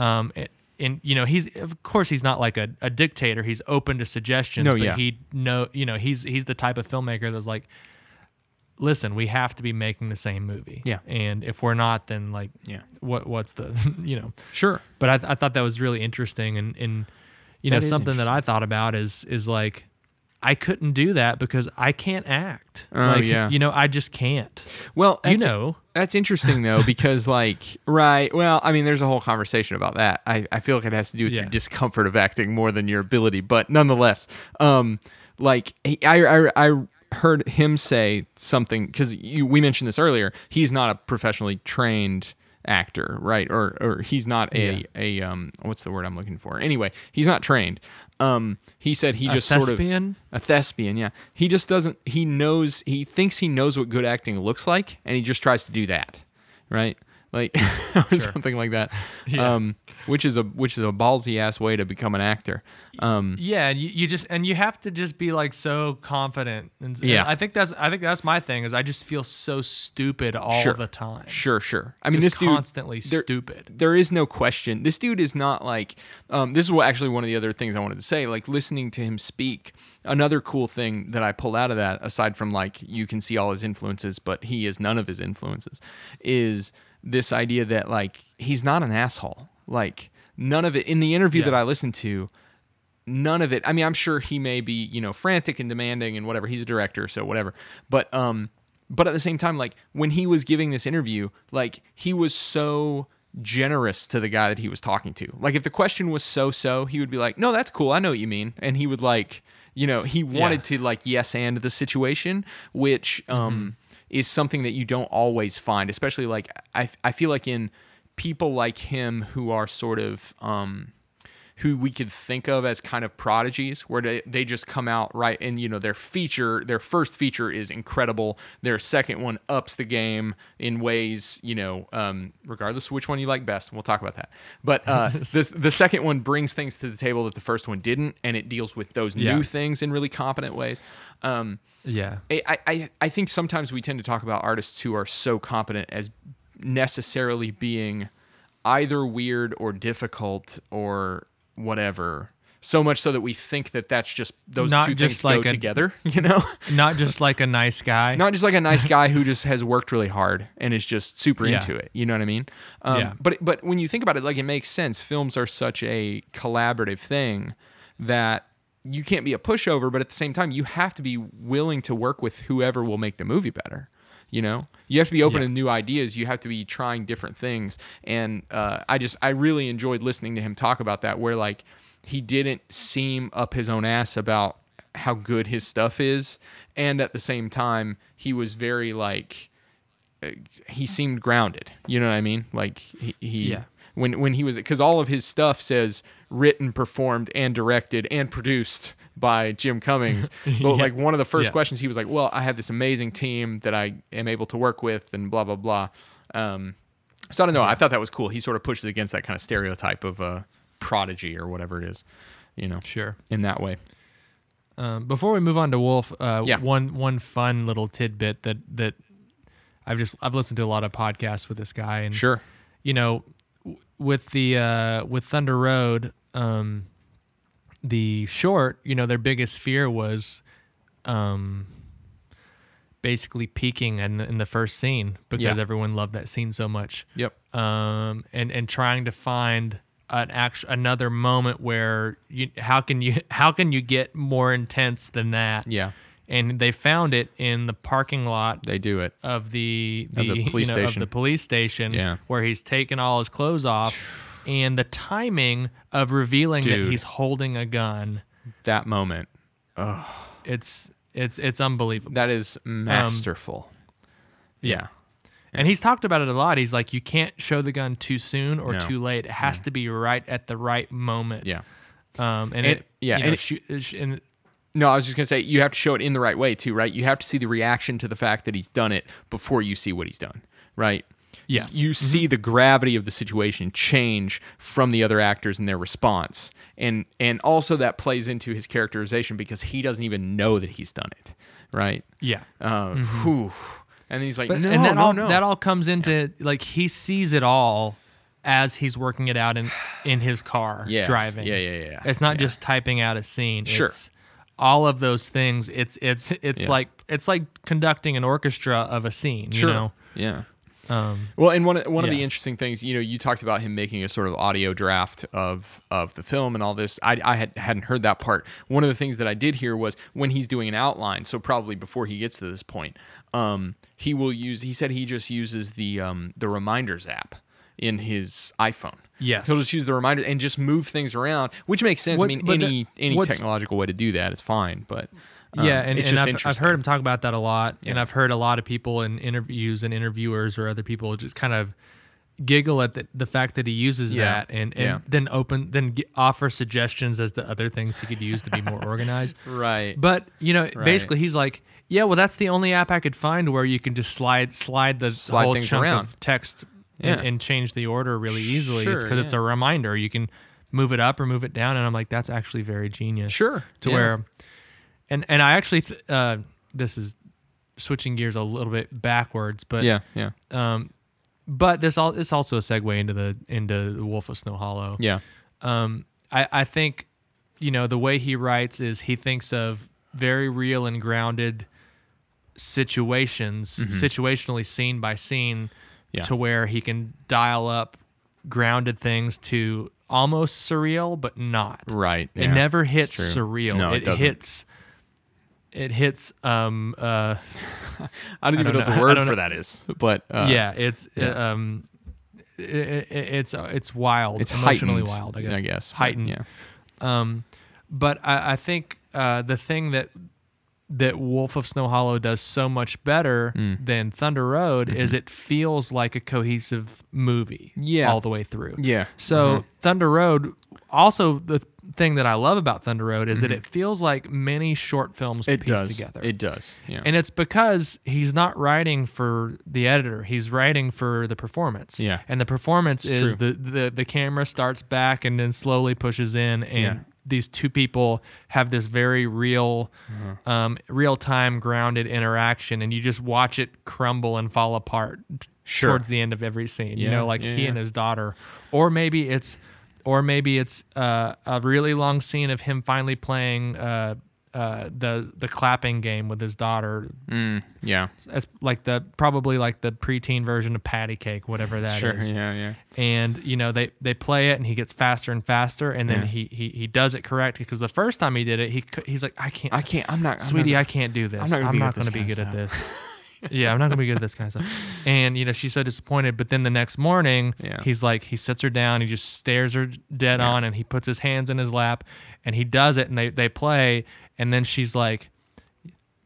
Yeah. Um. It, and you know he's of course he's not like a, a dictator. He's open to suggestions. No, but yeah. He no. You know he's he's the type of filmmaker that's like, listen, we have to be making the same movie. Yeah. And if we're not, then like, Yeah. What what's the you know? Sure. But I, th- I thought that was really interesting and and you That know is something that I thought about is is like I couldn't do that because I can't act. Oh, like, yeah. you know I just can't. Well, You that's- know. that's interesting though, because like, right? Well, I mean, there's a whole conversation about that. I, I feel like it has to do with Yeah. your discomfort of acting more than your ability, but nonetheless, um, like he- I I, I heard him say something because we mentioned this earlier. He's not a professionally trained actor, right? Or or he's not a a um what's the word I'm looking for? Anyway, he's not trained. Um, he said he A just sort of thespian? a thespian, yeah. He just doesn't. He knows. He thinks he knows what good acting looks like, and he just tries to do that, right? Like or something like that. Um, which is a which is a ballsy ass way to become an actor. Um, Yeah, and you, you just and you have to just be like so confident. And, and Yeah. I think that's I think that's my thing is I just feel so stupid all Sure. the time. sure, sure. I mean, Just this dude constantly there- stupid. There is no question. This dude is not like. Um, this is what actually one of the other things I wanted to say. Like listening to him speak. Another cool thing that I pulled out of that, aside from like you can see all his influences, but he is none of his influences, is this idea that like he's not an asshole. Like none of it in the interview that I listened to. None of it. I mean, I'm sure he may be, you know, frantic and demanding and whatever. He's a director, so whatever. But um, but at the same time like when he was giving this interview like he was so generous to the guy that he was talking to like if the question was so so he would be like no that's cool i know what you mean and he would like you know he wanted to like yes and the situation which um is something that you don't always find especially like i i feel like in people like him who are sort of um who we could think of as kind of prodigies where they, they just come out right and you know their feature their first feature is incredible their second one ups the game in ways you know um, regardless of which one you like best we'll talk about that but uh, this, the second one brings things to the table that the first one didn't and it deals with those Yeah. new things in really competent ways um, Yeah. I, I- I, I think sometimes we tend to talk about artists who are so competent as necessarily being either weird or difficult or whatever. So much so that we think that that's just those Not two just things like go a- together, you know? Not just like a nice guy. Not just like a nice guy who just has worked really hard and is just super Yeah. into it. You know what I mean? Um, Yeah. But but when you think about it, like it makes sense. Films are such a collaborative thing that you can't be a pushover, but at the same time, you have to be willing to work with whoever will make the movie better. You know, you have to be open to new ideas. You have to be trying different things. And uh, I just I really enjoyed listening to him talk about that, where like he didn't seem up his own ass about how good his stuff is and at the same time he was very like uh, he seemed grounded you know what i mean like he, he Yeah. when when he was because all of his stuff says written performed and directed and produced by jim cummings but like one of the first Yeah. questions he was like well i have this amazing team that i am able to work with and blah blah blah um so i don't know i thought that was cool he sort of pushes against that kind of stereotype of a prodigy or whatever it is you know Sure. in that way Mm-hmm. Um, before we move on to Wolf, uh, Yeah. one one fun little tidbit that that I've just I've listened to a lot of podcasts with this guy, and sure you know, w- with the uh, with Thunder Road, um, the short, you know, their biggest fear was, um, basically peaking in the, in the first scene because Yeah. everyone loved that scene so much yep um, and and trying to find an act- another moment where you how can you how can you get more intense than that? Yeah. and they found it in the parking lot they do it of the Of the, the you police know, station. of the police station Yeah. where he's taken all his clothes off, and the timing of revealing Dude. that he's holding a gun. that moment It's it's it's unbelievable. That is Um, masterful. yeah. And he's talked about it a lot. He's like, you can't show the gun too soon or No. too late. It has to be right at the right moment. Yeah. Um, and, And- it, yeah, you and know, it- shoot- uh, sh- and No, I was just going to say you have to show it in the right way too, right? You have to see the reaction to the fact that he's done it before you see what he's done, right? Yes. Mm-hmm. You see the gravity of the situation change from the other actors and their response. And and also that plays into his characterization because he doesn't even know that he's done it, right? yeah, Uh, whew. And he's like, no, Mm-hmm. and that no, all no. that all comes into like he sees it all as he's working it out in in his car Yeah. driving. Yeah, yeah, yeah, yeah. It's not just typing out a scene. Sure. It's all of those things. It's it's it's Yeah. like it's like conducting an orchestra of a scene. Sure. You know. Yeah. Um, Well, and one of, one of the Yeah. interesting things, you know, you talked about him making a sort of audio draft of of the film and all this. I, I had, hadn't heard that part. One of the things that I did hear was when he's doing an outline. So probably before he gets to this point, um, he will use. He said he just uses the um, the reminders app in his iPhone. Yes. he'll just use the reminder and just move things around, which makes sense. What- I mean, but any the- any what's- technological way to do that is fine, but um, yeah, and, it's and just I've, I've interesting. heard him talk about that a lot, and I've heard a lot of people in interviews and interviewers or other people just kind of giggle at the, the fact that he uses Yeah. that, and, and Yeah. then open then g offer suggestions as to other things he could use to be more organized. Right. But you know, basically, he's like, yeah, well, that's the only app I could find where you can just slide slide the Slide whole things chunk around. of text Yeah. and, and change the order really easily. it's Sure, because it's yeah. a reminder. You can move it up or move it down, and I'm like, that's actually very genius. Sure, To yeah. where, and and I actually, th- uh, this is switching gears a little bit backwards, but yeah, yeah, Um, but this all it's also a segue into the into the Wolf of Snow Hollow yeah, um, I, I think you know the way he writes is he thinks of very real and grounded situations situationally scene by scene Mm-hmm. Yeah. to where he can dial up grounded things to almost surreal but not right. it yeah. never hits true. surreal No, it it, doesn't. hits it hits um uh I don't even know don't what know. the I word don't for know. that is, but uh, yeah it's uh, um i i it's uh, it's wild it's emotionally heightened, wild i guess I guess but heightened Yeah, but I, I think uh, the thing that that Wolf of Snow Hollow does so much better Mm. than Thunder Road is it feels like a cohesive movie Mm-hmm. Yeah. all the way through. Yeah. Mm-hmm. So Thunder Road also the thing that I love about Thunder Road is that it feels like many short films Mm-hmm. it pieced does. together. It does. Yeah, and it's because he's not writing for the editor; he's writing for the performance. Yeah. and the performance is the, the the camera starts back and then slowly pushes in, and Yeah. these two people have this very real, Mm-hmm. um, real time grounded interaction, and you just watch it crumble and fall apart t- Sure. towards the end of every scene. You Yeah, know, like yeah, he Mm, yeah. and his daughter, or maybe it's, or maybe it's uh, a really long scene of him finally playing. Uh, uh, the the clapping game with his daughter Mm. yeah, that's like the probably like the preteen version of patty cake, whatever that is. sure. Yeah, yeah, And you know they they play it, and he gets faster and faster, and then he, he he does it correct because the first time he did it, he cou- he's like, I can't, I can't. I'm not, I'm sweetie, not- I can't do this. I'm not gonna be I'm good not at going this to be kind of good at this. yeah, I'm not going to be good at this kind of stuff. And you know she's so disappointed. But then the next morning, Yeah. he's like, he sits her down, he just stares her dead on, and he puts his hands in his lap, and he does it, and they they play, and then she's like,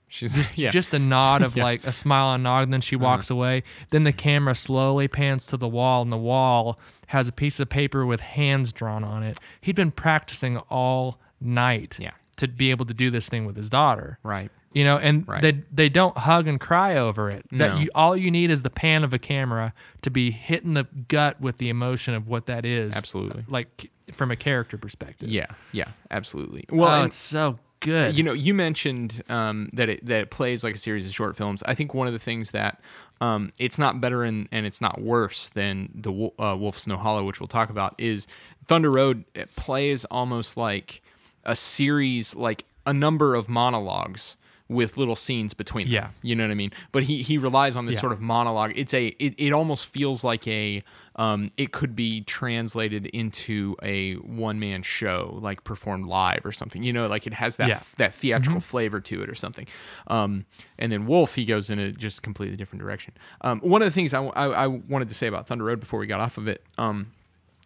She's just yeah. Uh-huh. just a nod of like a smile and nod, and then she walks away. Then the camera slowly pans to the wall, and the wall has a piece of paper with hands drawn on it. He'd been practicing all night Yeah. to be able to do this thing with his daughter. right. You know, and Right. they they don't hug and cry over it. No. That you, all you need is the pan of a camera to be hit in the gut with the emotion of what that is. uh, Absolutely. Like from a character perspective. Yeah, yeah, absolutely. Uh, Well, Well, and- it's so good. You know, you mentioned um, that it that it plays like a series of short films. I think one of the things that um, it's not better and, and it's not worse than the Wo- uh, Wolf Snow Hollow, which we'll talk about, is Thunder Road. It plays almost like a series, like a number of monologues with little scenes between. Them. Yeah. you know what I mean. But he he relies on this Yeah. sort of monologue. It's a it, it almost feels like a um, it could be translated into a one man show, like performed live or something. You know, like it has that Yeah. that theatrical flavor to it or something. Um, and then Wolf, he goes in a just completely different direction. Um, one of the things I, w- I- I wanted to say about Thunder Road before we got off of it, um,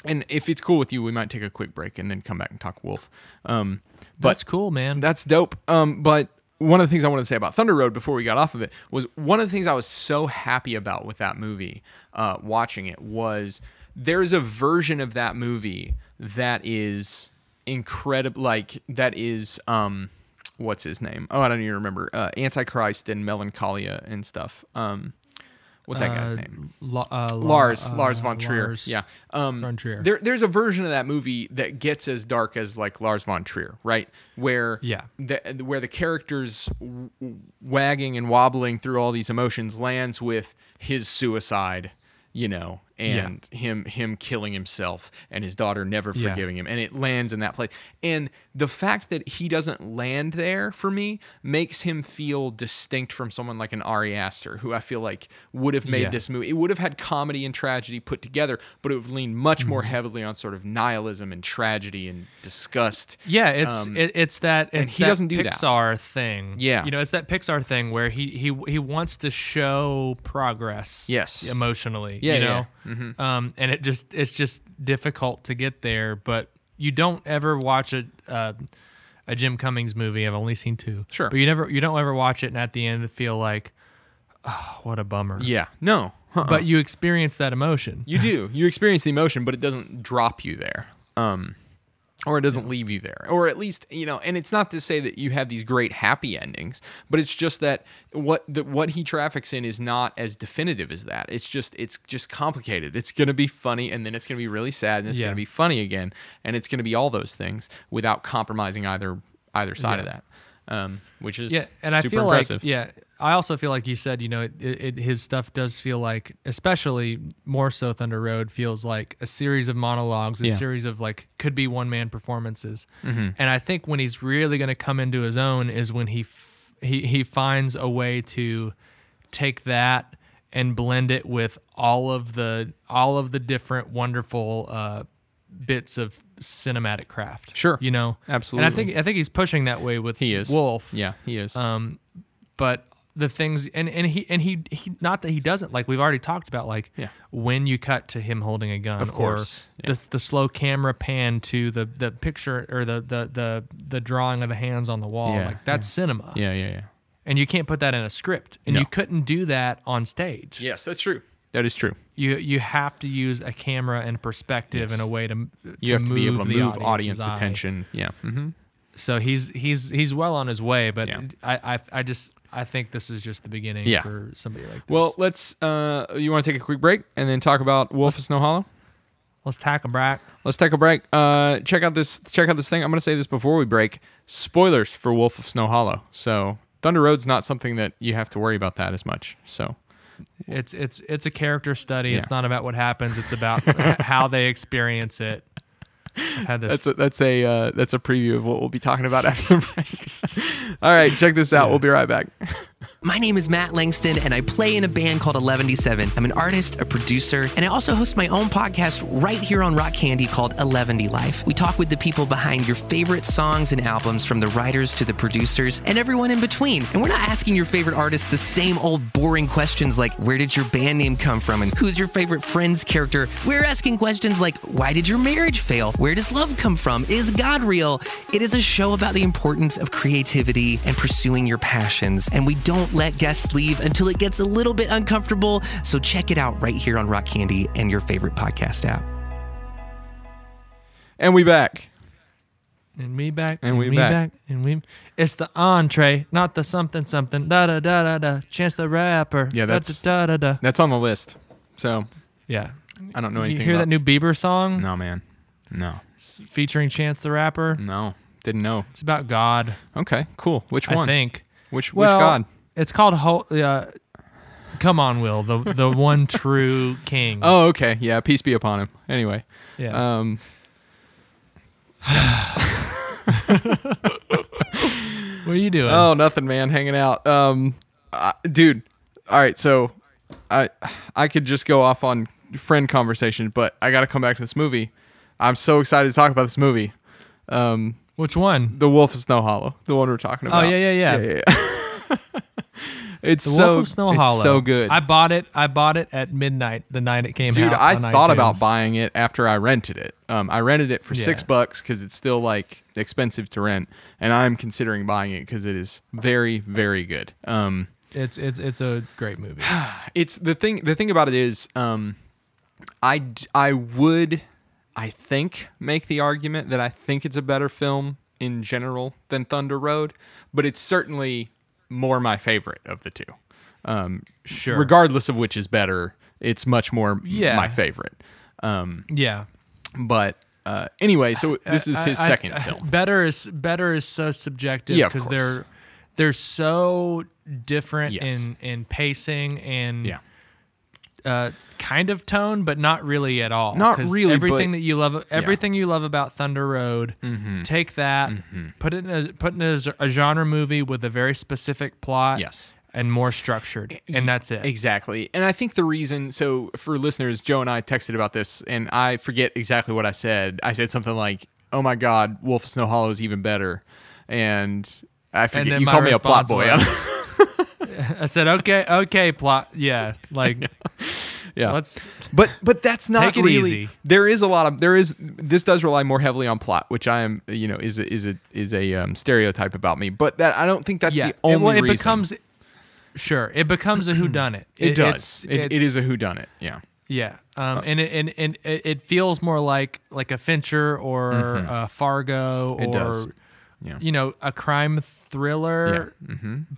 and if it's cool with you, we might take a quick break and then come back and talk Wolf. Um, but That's cool, man. that's dope. Um, but one of the things I wanted to say about Thunder Road before we got off of it was one of the things I was so happy about with that movie, uh, watching it was there's a version of that movie that is incredible. Like that is um, what's his name? Oh, I don't even remember. Uh, Antichrist and Melancholia and stuff. Um, what's that guy's Uh, name? La- uh, La- Lars uh, Lars von Trier. Lars. yeah, um, von Trier. There, there's a version of that movie that gets as dark as like Lars von Trier, right? Where Yeah. the, where the characters w- w- wagging and wobbling through all these emotions lands with his suicide, you know, and him him killing himself and his daughter never Yeah. forgiving him and it lands in that place and the fact that he doesn't land there for me makes him feel distinct from someone like an Ari Aster who I feel like would have made Yeah. this movie it would have had comedy and tragedy put together but it would have leaned much more heavily on sort of nihilism and tragedy and disgust Yeah, it's Um, it, it's that it's he that doesn't do that. Pixar thing. Yeah. you know, it's that Pixar thing where he he he wants to show progress. Yes. emotionally. Yeah, you yeah, Mm-hmm. know, um, and it just it's just difficult to get there. But you don't ever watch a uh, a Jim Cummings movie. I've only seen two. Sure. but you never you don't ever watch it and at the end feel like, oh, what a bummer. yeah no huh. but you experience that emotion. You do. You experience the emotion, but it doesn't drop you there. Um or it doesn't leave you there. Or at least, you know, and it's not to say that you have these great happy endings, but it's just that what the, what he traffics in is not as definitive as that. It's just it's just complicated. It's going to be funny and then it's going to be really sad and it's Yeah. going to be funny again and it's going to be all those things without compromising either either side of that. Um which is yeah, and I super feel impressive. like yeah, I also feel like you said you know it, it, his stuff does feel like especially more so Thunder Road feels like a series of monologues, a Yeah. Mm-hmm. series of like could be one man performances, and I think when he's really going to come into his own is when he f- he he finds a way to take that and blend it with all of the all of the different wonderful uh, bits of cinematic craft. Sure. you know And I Absolutely. think I think he's pushing that way with he is. Wolf Um, Yeah, he is. but the things and and he and he, he not that he doesn't like we've already talked about like Yeah. when you cut to him holding a gun Of course, or the the slow camera pan to the the picture or the the the, the drawing of the hands on the wall Yeah, like that's cinema yeah, yeah, yeah. and you can't put that in a script and No. you couldn't do that on stage Yes, that's true. That is true. you you have to use a camera and perspective and a way to, to you have to move be able to the move audience audience's eye. attention. Yeah. Mm-hmm. so he's he's he's well on his way but Yeah. I, I I just I think this is just the beginning Yeah. for somebody like this Well, let's. Uh, you want to take a quick break and then talk about Wolf of Snow Hollow? Let's tackle Brack. Let's take a break. Uh, check out this. Check out this thing. I'm going to say this before we break. Spoilers for Wolf of Snow Hollow. So Thunder Road's not something that you have to worry about that as much. So It's it's it's a character study. It's Yeah. not about what happens. It's about h- how they experience it. I've had this. that's a, that's a uh, that's a preview of what we'll be talking about after the break. All right, check this out. We'll be right back. My name is Matt Langston, and I play in a band called 117. I'm an artist, a producer, and I also host my own podcast right here on Rock Candy called 110 Life. We talk with the people behind your favorite songs and albums, from the writers to the producers and everyone in between. And we're not asking your favorite artists the same old boring questions like, where did your band name come from? And who's your favorite friend's character? We're asking questions like, why did your marriage fail? Where does love come from? Is God real? It is a show about the importance of creativity and pursuing your passions. And we don't let guests leave until it gets a little bit uncomfortable. So check it out right here on Rock Candy and your favorite podcast app. And we back. and me back. And we me back. And we. It's the entree, not the something something. Da da da da da. Chance the rapper. Yeah, that's- da da da. da. That's on the list. So Yeah. I don't know You anything. hear that about- new Bieber song No, man. No, S- featuring Chance the rapper? no. Didn't know. It's about God, Okay, cool. Which one? I think. Which Well, which god? It's called. Ho- uh, Come on, Will, the the one true king. Oh, okay. Yeah, peace be upon him. Anyway, yeah. um, what are you doing? oh, nothing, man. Hanging out, um, uh, dude. All right, so I I could just go off on friend conversation, but I got to come back to this movie. I'm so excited to talk about this movie, Um, Which one? The Wolf of Snow Hollow, the one we're talking Oh about. yeah, yeah, yeah. It's The so Wolf of Snow it's Hollow. so good. I bought it. I bought it at midnight the night it came Dude, out. I on thought about iTunes. buying it after I rented it. Um, I rented it for six Yeah. bucks because it's still like expensive to rent, and I'm considering buying it because it is very, very good. Um, It's it's it's a great movie. it's the thing. The thing about it is, um, I d- I would, I think, make the argument that I think it's a better film in general than Thunder Road, but it's certainly more my favorite of the two. Um, Sure. Regardless of which is better, it's much more Yeah. my favorite. Um, yeah. but uh, anyway, so this is his I- I- second film. Better is better is so subjective Yeah, of because course. they're they're so different Yes. in in pacing and Yeah. uh, kind of tone, but not really at all. Not 'Cause really, Everything but- Mm-hmm. that you love, everything you love about Thunder Road, take that, put it in a, put it in a, a genre movie with a very specific plot, Yes. and more structured, and that's it. Exactly. And I think the reason, so for listeners, Joe and I texted about this, and I forget exactly what I said. I said something like, oh my God, Wolf of Snow Hollow is even better. And I forget, And then you my called me a plot response boy. was- I said, okay, okay, plot, yeah, like yeah. let's but but that's not Take it really easy. there is a lot of there is this does rely more heavily on plot which i am you know is a is a is a um, stereotype about me but that i don't think that's yeah. the only it, well, it reason becomes sure, it becomes a whodunit. it it's- does it, it it's- is a uh, who done it yeah Yeah, um, and it, and and it it feels more like like a Fincher or a Fargo or Mm-hmm. It does. you know a crime thriller.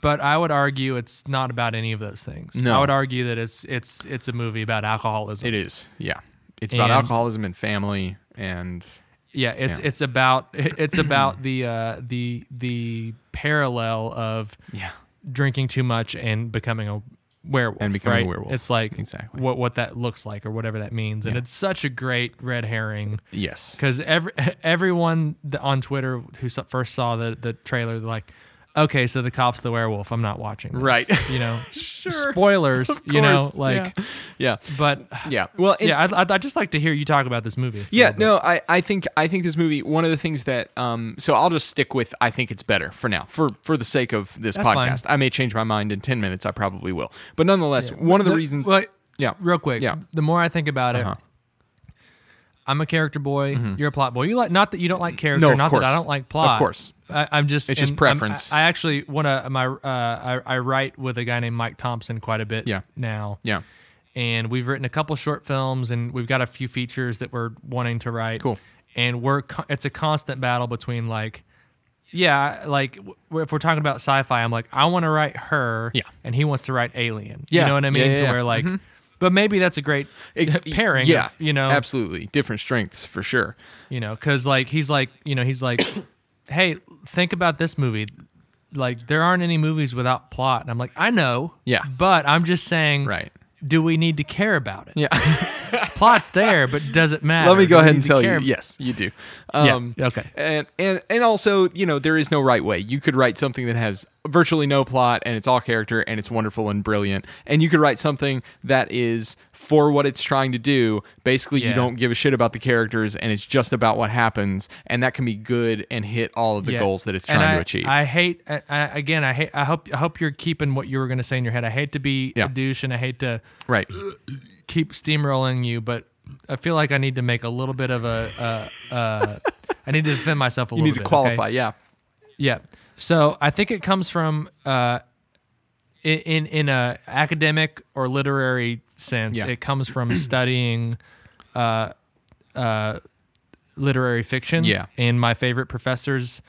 But I would argue it's not about any of those things. I Mm-hmm. No. would argue that it's it's it's a movie about alcoholism. it is yeah it's about And- alcoholism and family and yeah, it's it's about it's about the uh, the the parallel of yeah drinking too much and becoming a werewolf And becoming a right? werewolf. It's like Exactly. what what that looks like or whatever that means. And it's such a great red herring. yes because every everyone th- on Twitter who s- first saw the the trailer, they're like, okay, so the cop's the werewolf. I'm not watching. This. Right. You know, spoilers. Of You know, course, like, yeah but yeah, well it- yeah, I'd, I'd, I'd just like to hear you talk about this movie. if you Yeah, would. no, I, I think I think this movie one of the things that um so I'll just stick with I think it's better for now for for the sake of this That's fine. podcast. I may change my mind in 10 minutes, I probably will. But nonetheless, one of the, The- reasons well, Yeah. real quick. Yeah. Uh-huh. The more I think about it. I'm a character boy. You're a plot boy. You like not that you don't like character. Mm-hmm. No, not of course. that I don't like plot. Of course. I, I'm just. It's just and I'm- preference. I, I actually want to. My uh, I, I write with a guy named Mike Thompson quite a bit. Yeah. Now. Yeah. and we've written a couple short films and we've got a few features that we're wanting to write Cool. and we're co- it's a constant battle between like yeah like w- if we're talking about sci-fi i'm like i want to write her Yeah. and he wants to write alien Yeah. you know what i Yeah, mean yeah, to yeah. Mm-hmm. where like but maybe that's a great It- pairing Yeah. of, you know Absolutely. Different strengths for sure. you know because like he's like you know he's like hey think about this movie like there aren't any movies without plot and i'm like i know Yeah. but i'm just saying Right. do we need to care about it Yeah. plot's there, but does it matter? Let me Do go we ahead and need to tell you. care? Yes, you do. Um, Yeah, okay. And and and also, you know, there is no right way. You could write something that has virtually no plot and it's all character and it's wonderful and brilliant. And you could write something that is for what it's trying to do. Basically, you Yeah. don't give a shit about the characters and it's just about what happens and that can be good and hit all of the Yeah. goals that it's And trying I, to achieve. I hate. I, I, again, I hate. I hope. I hope you're keeping what you were going to say in your head. I hate to be Yeah. a douche, and I hate to right. keep steamrolling you, but I feel like I need to make a little bit of a. Uh, uh, I need to defend myself a You little need bit. to okay? qualify. Yeah. Yeah. So I think it comes from uh, i- in in a academic or literary sense. Yeah. It comes from studying uh, uh, literary fiction. Yeah. And my favorite professors,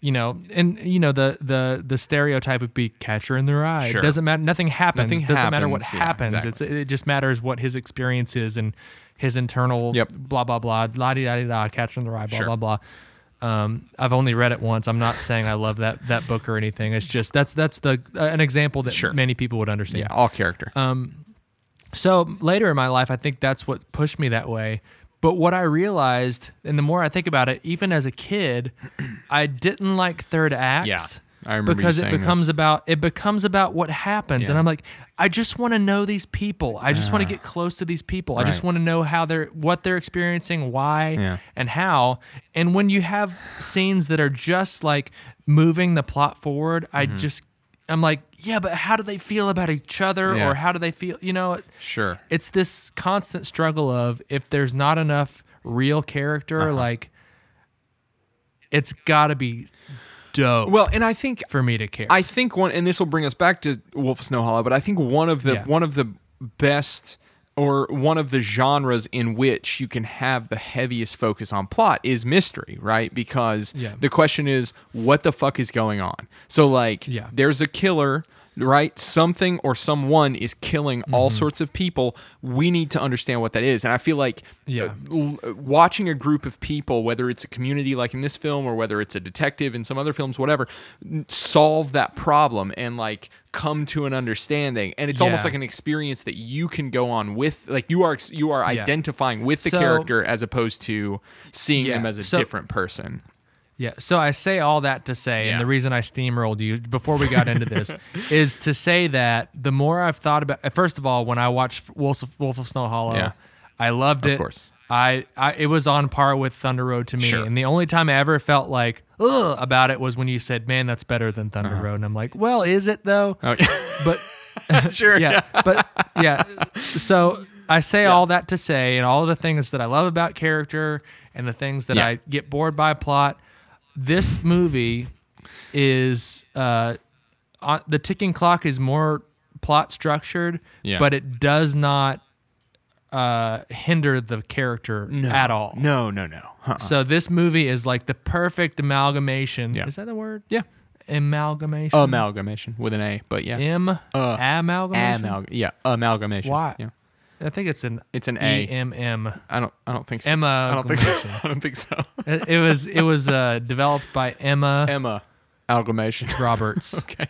you know, and you know the the the stereotype would be catcher in the rye. Sure. It doesn't matter. Nothing happens. Nothing doesn't matter what happens. Yeah, happens. exactly. It's it just matters what his experience is and his internal Yep. blah blah blah la di da di da catcher in the rye blah Sure. blah blah. Um, I've only read it once. I'm not saying I love that that book or anything. It's just that's that's the uh, an example that Sure. many people would understand. Yeah, all character. Um, So later in my life, I think that's what pushed me that way. But what I realized, and the more I think about it, even as a kid, I didn't like third acts. Yeah, I remember you because it saying becomes this. about it becomes about what happens, and Yeah. Ah. I'm like, I just want to know these people. I just want to get close to these people. I just Right. want to know how they're what they're experiencing, why, Yeah. and how. And when you have scenes that are just like moving the plot forward, I Mm-hmm. just I'm like, yeah, but how do they feel about each other, Yeah. or how do they feel? You know, sure. it's this constant struggle of if there's not enough real character, like it's got to be dope Well, and I think for me to care. I think one, and this will bring us back to Wolf of Snow Hollow, but I think one of the Yeah. one of the best or one of the genres in which you can have the heaviest focus on plot is mystery, right? Because Yeah. the question is, what the fuck is going on? So like, Yeah. there's a killer. Right, something or someone is killing all Mm-hmm. sorts of people. We need to understand what that is, and I feel like uh, Yeah. l- watching a group of people, whether it's a community like in this film or whether it's a detective in some other films, whatever, n- solve that problem and like come to an understanding and it's Yeah. almost like an experience that you can go on with like you are you are Yeah. identifying with the So- character as opposed to seeing Yeah. them as a So- different person Yeah. So I say all that to say, Yeah. and the reason I steamrolled you before we got into this is to say that the more I've thought about, uh, first of all, when I watched Wolf of, Wolf of Snow Hollow, Yeah. I loved it. course. I, I it was on par with Thunder Road to me, Sure. and the only time I ever felt like ugh about it was when you said, "Man, that's better than Thunder Uh-huh. Road," and I'm like, "Well, is it though?" Uh. Oh, But sure yeah, but yeah. So I say all that to say, and all the things that I love about character, and the things that Yeah. I get bored by plot. This movie is uh, on, the ticking clock is more plot structured, Yeah. but it does not uh, hinder the character at all. no no no huh. So this movie is like the perfect amalgamation. Yeah. Is that the word? yeah Um, Amalgamation. amalgamation with an a but yeah M. amalgamation. Amalg- yeah amalgamation Why? uh, yeah I think it's an It's an A. E M M. i don't i don't think so Emma. i don't think so Amalgamation. i don't think so It it was it was uh, developed by Emma emma amalgamation Roberts. okay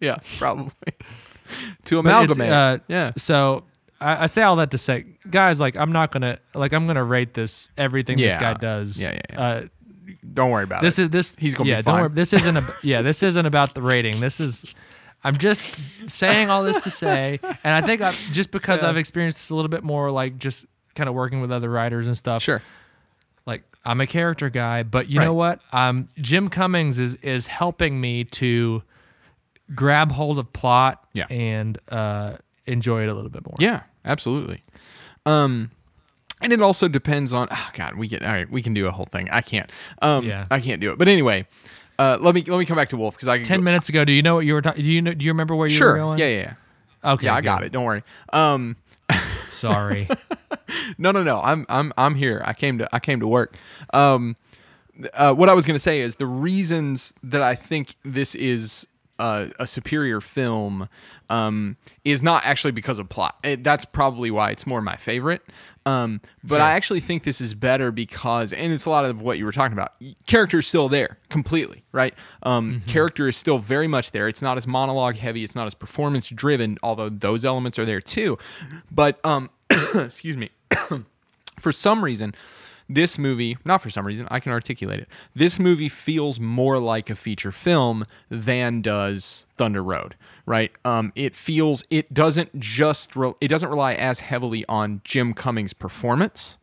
yeah probably to But it's, amalgamate uh, yeah So I, I say all that to say, guys, like I'm not gonna like I'm gonna rate this everything this Yeah. guy does. Yeah, yeah, yeah. Uh, don't worry about this it is this. He's gonna be yeah. don't fine. worry. This isn't a yeah. This isn't about the rating. This is. I'm just saying all this to say, and I think I've, just because I've experienced this a little bit more, like just kind of working with other writers and stuff. sure like I'm a character guy, but you Right. know what? Um, Jim Cummings is is helping me to grab hold of plot Yeah. and uh, enjoy it a little bit more. Yeah, absolutely. Um, and it also depends on. Oh God, we get all right. We can do a whole thing. I can't. Um, Yeah. I can't do it. But anyway, uh, let me let me come back to Wolf because I can Ten go- minutes ago, do you know what you were talking? Do you know, do you remember where you were Sure. going? Yeah, yeah, yeah. yeah. Okay, Yeah, I got it. Don't worry. Um, Sorry. no, no, no. I'm I'm I'm here. I came to I came to work. Um, uh, what I was going to say is the reasons that I think this is uh, a superior film um, is not actually because of plot. It, that's probably why it's more my favorite. Um, but I actually think this is better because, and it's a lot of what you were talking about. Character is still there completely, right? Um, Character is still very much there. It's not as monologue heavy. It's not as performance driven, although those elements are there too. But um, excuse me for some reason this movie not for some reason i can articulate it this movie feels more like a feature film than does thunder road right um, it feels it doesn't just re- it doesn't rely as heavily on jim cummings performance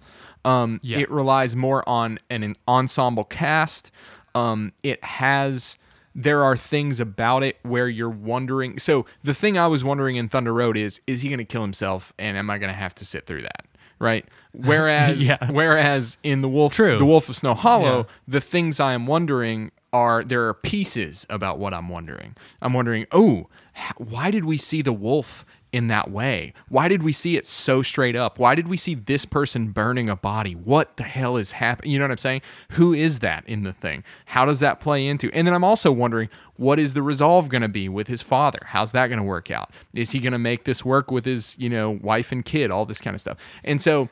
um, Yeah. it relies more on an, an ensemble cast um, it has there are things about it where you're wondering so the thing i was wondering in thunder road is is he going to kill himself and am i going to have to sit through that right whereas Yeah. whereas in the wolf True. the wolf of snow hollow Yeah. the things i am wondering are there are pieces about what i'm wondering i'm wondering oh h- why did we see the wolf in that way why did we see it so straight up why did we see this person burning a body what the hell is happening you know what i'm saying who is that in the thing how does that play into and then i'm also wondering what is the resolve going to be with his father how's that going to work out is he going to make this work with his you know wife and kid all this kind of stuff and so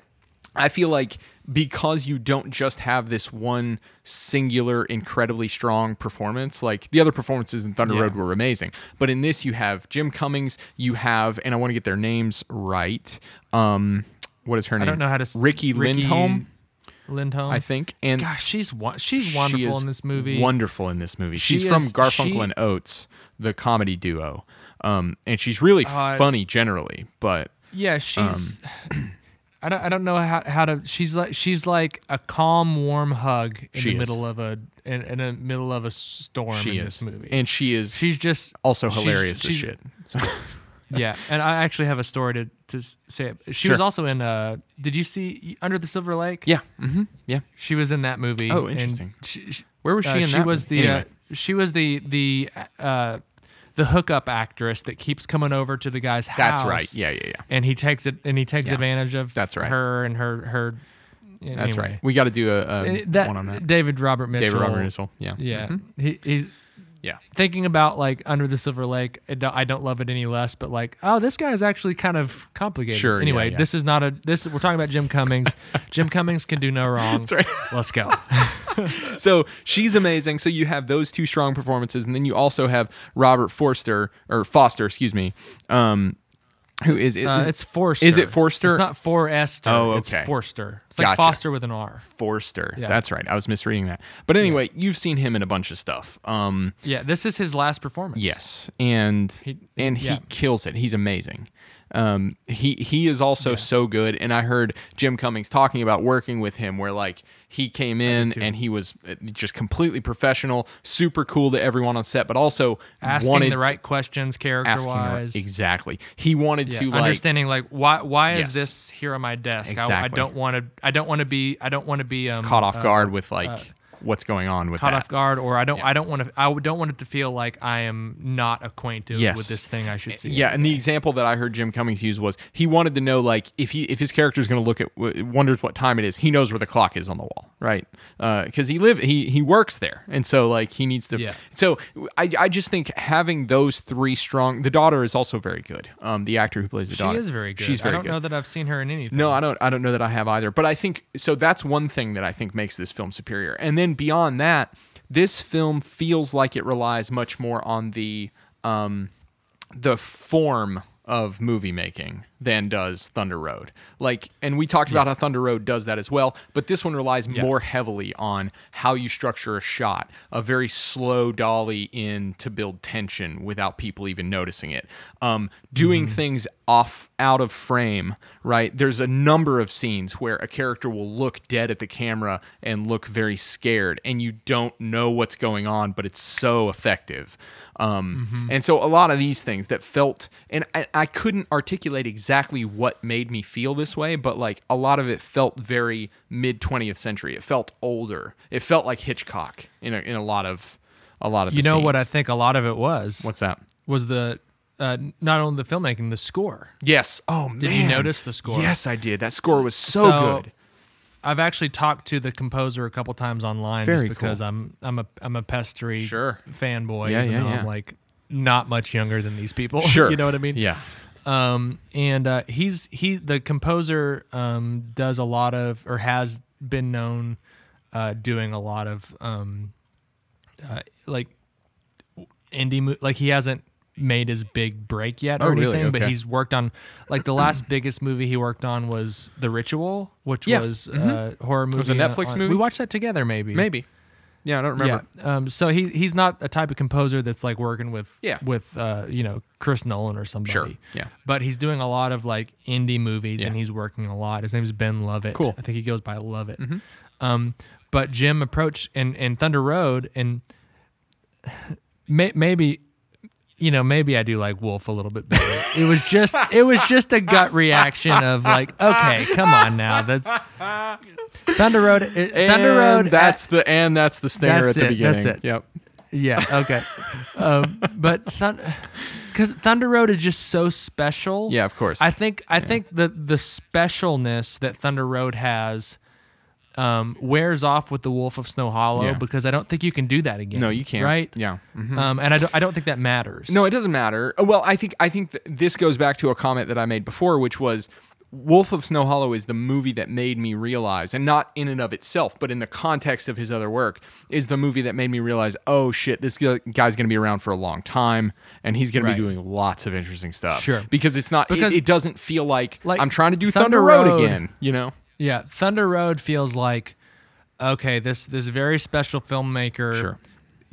I feel like because you don't just have this one singular, incredibly strong performance, like the other performances in Thunder Road were amazing, but in this you have Jim Cummings, you have, and I want to get their names right. Um, what is her name? I don't know how to s- Ricky, Lindholm, Lindholm. I think. And Gosh, she's wa- she's she wonderful is in this movie. Wonderful in this movie. She she's from is- Garfunkel she- and Oates, the comedy duo, um, and she's really I- funny generally, but Yeah, she's. um, I don't. I don't know how, how to. She's like she's like a calm, warm hug in She the is. middle of a in, in the middle of a storm she in is this movie. and she is she's just also she's- hilarious she's- as shit. So- yeah, and I actually have a story to to s- say. She was Sure. also in. Uh, did you see Under the Silver Lake? Yeah. Mm-hmm. Yeah. she was in that movie. Oh, and interesting. she- she- Where was she uh, in she that was movie? the Anyway. uh, she was the the uh, the hookup actress that keeps coming over to the guy's house. That's right. Yeah, yeah, yeah. And he takes it and he takes advantage of That's right. her and her her. That's right. We got to do a, a Uh, That, one on that. David Robert Mitchell. David Robert Mitchell. Yeah. Yeah, he, he's Mm-hmm. Yeah. thinking about like Under the Silver Lake, I don't, I don't love it any less, but like, oh, this guy is actually kind of complicated. Sure, yeah, Anyway, yeah. this is not a this. We're talking about Jim Cummings. Jim Cummings can do no wrong. That's right. Let's go. so she's amazing. So you have those two strong performances, and then you also have Robert Forster or Foster, excuse me, um, who is, is Uh, it's Forster. Is it Forster? It's not Forester. Oh, okay. It's Forster. It's Gotcha. like Foster with an R. Forster. That's right. I was misreading that. But anyway, you've seen him in a bunch of stuff. Um, Yeah, this is his last performance. Yes, and and he yeah. kills it. He's amazing. Um, he he is also so good. And I heard Jim Cummings talking about working with him, where like he came in and he was uh, just completely professional, super cool to everyone on set, but also Asking wanted the right questions character asking the right- wise. exactly. He wanted Yeah, to like understanding like why why Yes. is this here on my desk? I, I Exactly. don't want to I don't want to be I don't want to be um, caught off uh, guard with like what's going on with caught that. off guard or I don't I don't want to I don't want it to feel like I am not acquainted Yes. with this thing I should see. Yeah, and the example that I heard Jim Cummings use was he wanted to know like if he if his character is going to look at wonders what time it is, he knows where the clock is on the wall, right? Because he live he he works there, and so like he needs to. Yeah. So I I just think having those three strong. The daughter is also very good. Um, the actor who plays the She daughter, is very good. She's very I don't good. know that I've seen her in anything. No, I don't. I don't know that I have either. But I think so. That's one thing that I think makes this film superior. And then beyond that, this film feels like it relies much more on the um, the form of movie making than does Thunder Road. Like, and we talked about how Thunder Road does that as well. But this one relies more heavily on how you structure a shot, a very slow dolly in to build tension without people even noticing it. Um, doing things off out of frame, right? There's a number of scenes where a character will look dead at the camera and look very scared, and you don't know what's going on, but it's so effective. Um, Mm-hmm. And so a lot of these things that felt, and I, I couldn't articulate exactly what made me feel this way, but like a lot of it felt very mid 20th century. It felt older. It felt like Hitchcock in a, in a lot of a lot of You the know what I scenes. think a lot of it was What's that? was the uh, not only the filmmaking, the score. Yes. Oh man. Did you notice the score? Yes, I did. That score was so, So- good. I've actually talked to the composer a couple times online just Very because I'm I'm a I'm a pestery Sure. fanboy. Yeah, even yeah, though yeah. I'm like not much younger than these people. Sure. you know what I mean? Yeah. Um, and uh, he's he the composer um, does a lot of or has been known uh, doing a lot of um, uh, like indie mo- like he hasn't made his big break yet or Oh, really? anything but Okay. he's worked on like the last biggest movie he worked on was The Ritual which Yeah. Mm-hmm. was uh, horror movie a on- Netflix on- movie? we watched that together maybe Maybe. Yeah, I don't remember. yeah. Um, so he he's not a type of composer that's like working with Yeah. with uh, you know Chris Nolan or somebody. Sure. Yeah. But he's doing a lot of like indie movies and Yeah. he's working a lot. His name is Ben Lovett. Cool. Mm-hmm. I think he goes by Lovett. Um, but Jim approached and and Thunder Road and may, maybe. You know, maybe I do like Wolf a little bit better. It was just, it was just a gut reaction of like, okay, come on now, that's Thunder Road. It, Thunder Road. And That's the and that's the stinger That's at the it, beginning. that's it. Yep. Yeah. Okay. um, but because Thunder Road is just so special. Yeah, of course. I think I think the the specialness that Thunder Road has um, wears off with the Wolf of Snow Hollow Yeah. because I don't think you can do that again. No, you can't. Right. Yeah. Mhm. Um, and I don't I don't think that matters. No, it doesn't matter. Uh, Well, I think I think th- this goes back to a comment that I made before, which was Wolf of Snow Hollow is the movie that made me realize, and not in and of itself, but in the context of his other work, is the movie that made me realize, oh shit, this gu- guy's going to be around for a long time, and he's going to Right. be doing lots of interesting stuff. Sure. because it's not, it- Because- it, doesn't feel like, Like, I'm trying to do Thunder, Thunder Road, Road- again. You know, Yeah, Thunder Road feels like okay, this this very special filmmaker Sure.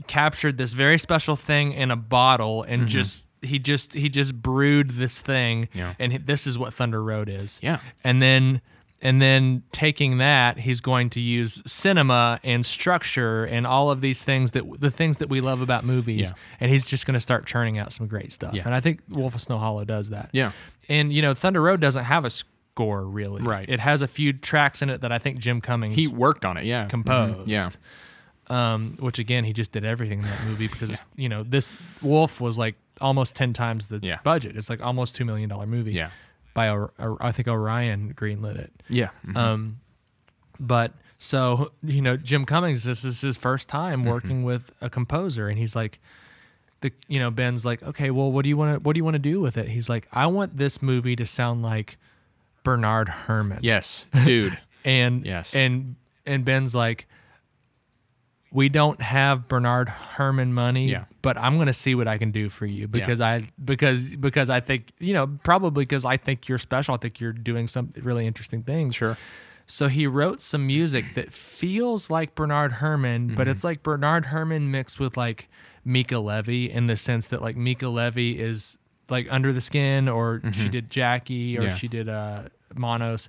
captured this very special thing in a bottle and Mm-hmm. just he just he just brewed this thing Yeah. and he- this is what Thunder Road is. Yeah. And then and then taking that, he's going to use cinema and structure and all of these things that the things that we love about movies, and he's just going to start churning out some great stuff. And I think Wolf of Snow Hollow does that. Yeah. And you know, Thunder Road doesn't have a score really. Right. It has a few tracks in it that I think Jim Cummings he worked on it. Yeah, composed. Yeah. Um, which again, he just did everything in that movie because it's you know this Wolf was like almost ten times the Yeah. budget. It's like almost two million dollar movie. Yeah. By O- O- I think Orion greenlit it. yeah. But so you know, Jim Cummings, this is his first time Mm-hmm. working with a composer, and he's like, the you know, Ben's like, okay, well, what do you want to what do you want to do with it? He's like, I want this movie to sound like Bernard Herrmann. yes, dude. And Yes. and and Ben's like, we don't have Bernard Herman money, Yeah. but I'm going to see what I can do for you because I because because I think, you know, probably because I think you're special. I think you're doing some really interesting things. Sure. So he wrote some music that feels like Bernard Herman, but it's like Bernard Herman mixed with like Mika Levy in the sense that like Mika Levy is like Under the Skin or she did Jackie or Yeah. she did uh Monos.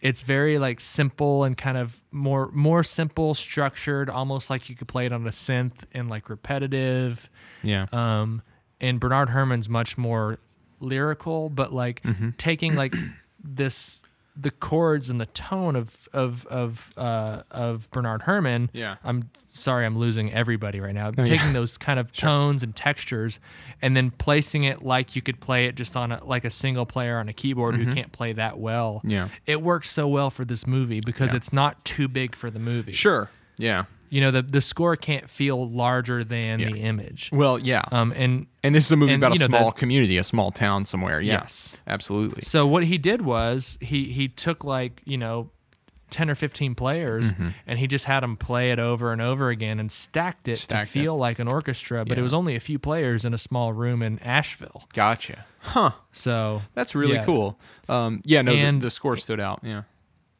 It's very like simple and kind of more more simple, structured, almost like you could play it on a synth and like repetitive. Yeah. Um, and Bernard Herman's much more lyrical, but like Mm-hmm. taking like this the chords and the tone of of of uh, of Bernard Herman. Yeah. I'm sorry, I'm losing everybody right now. yeah. taking those kind of tones and textures, and then placing it like you could play it just on a, like a single player on a keyboard who can't play that well. Mm-hmm. Yeah. it works so well for this movie because it's not too big for the movie. sure. Yeah. you know the the score can't feel larger than the image. Well, yeah. Um, and and this is a movie and, about a you know, small that- community, a small town somewhere. Yeah. Yes. Absolutely. So what he did was he he took like you know. 10 or 15 players Mm-hmm. and he just had them play it over and over again and stacked it Stacked it. to feel like an orchestra but Yeah. it was only a few players in a small room in Asheville Gotcha. so That's really yeah. cool. Um, yeah, no, And- the, the score stood out. Yeah.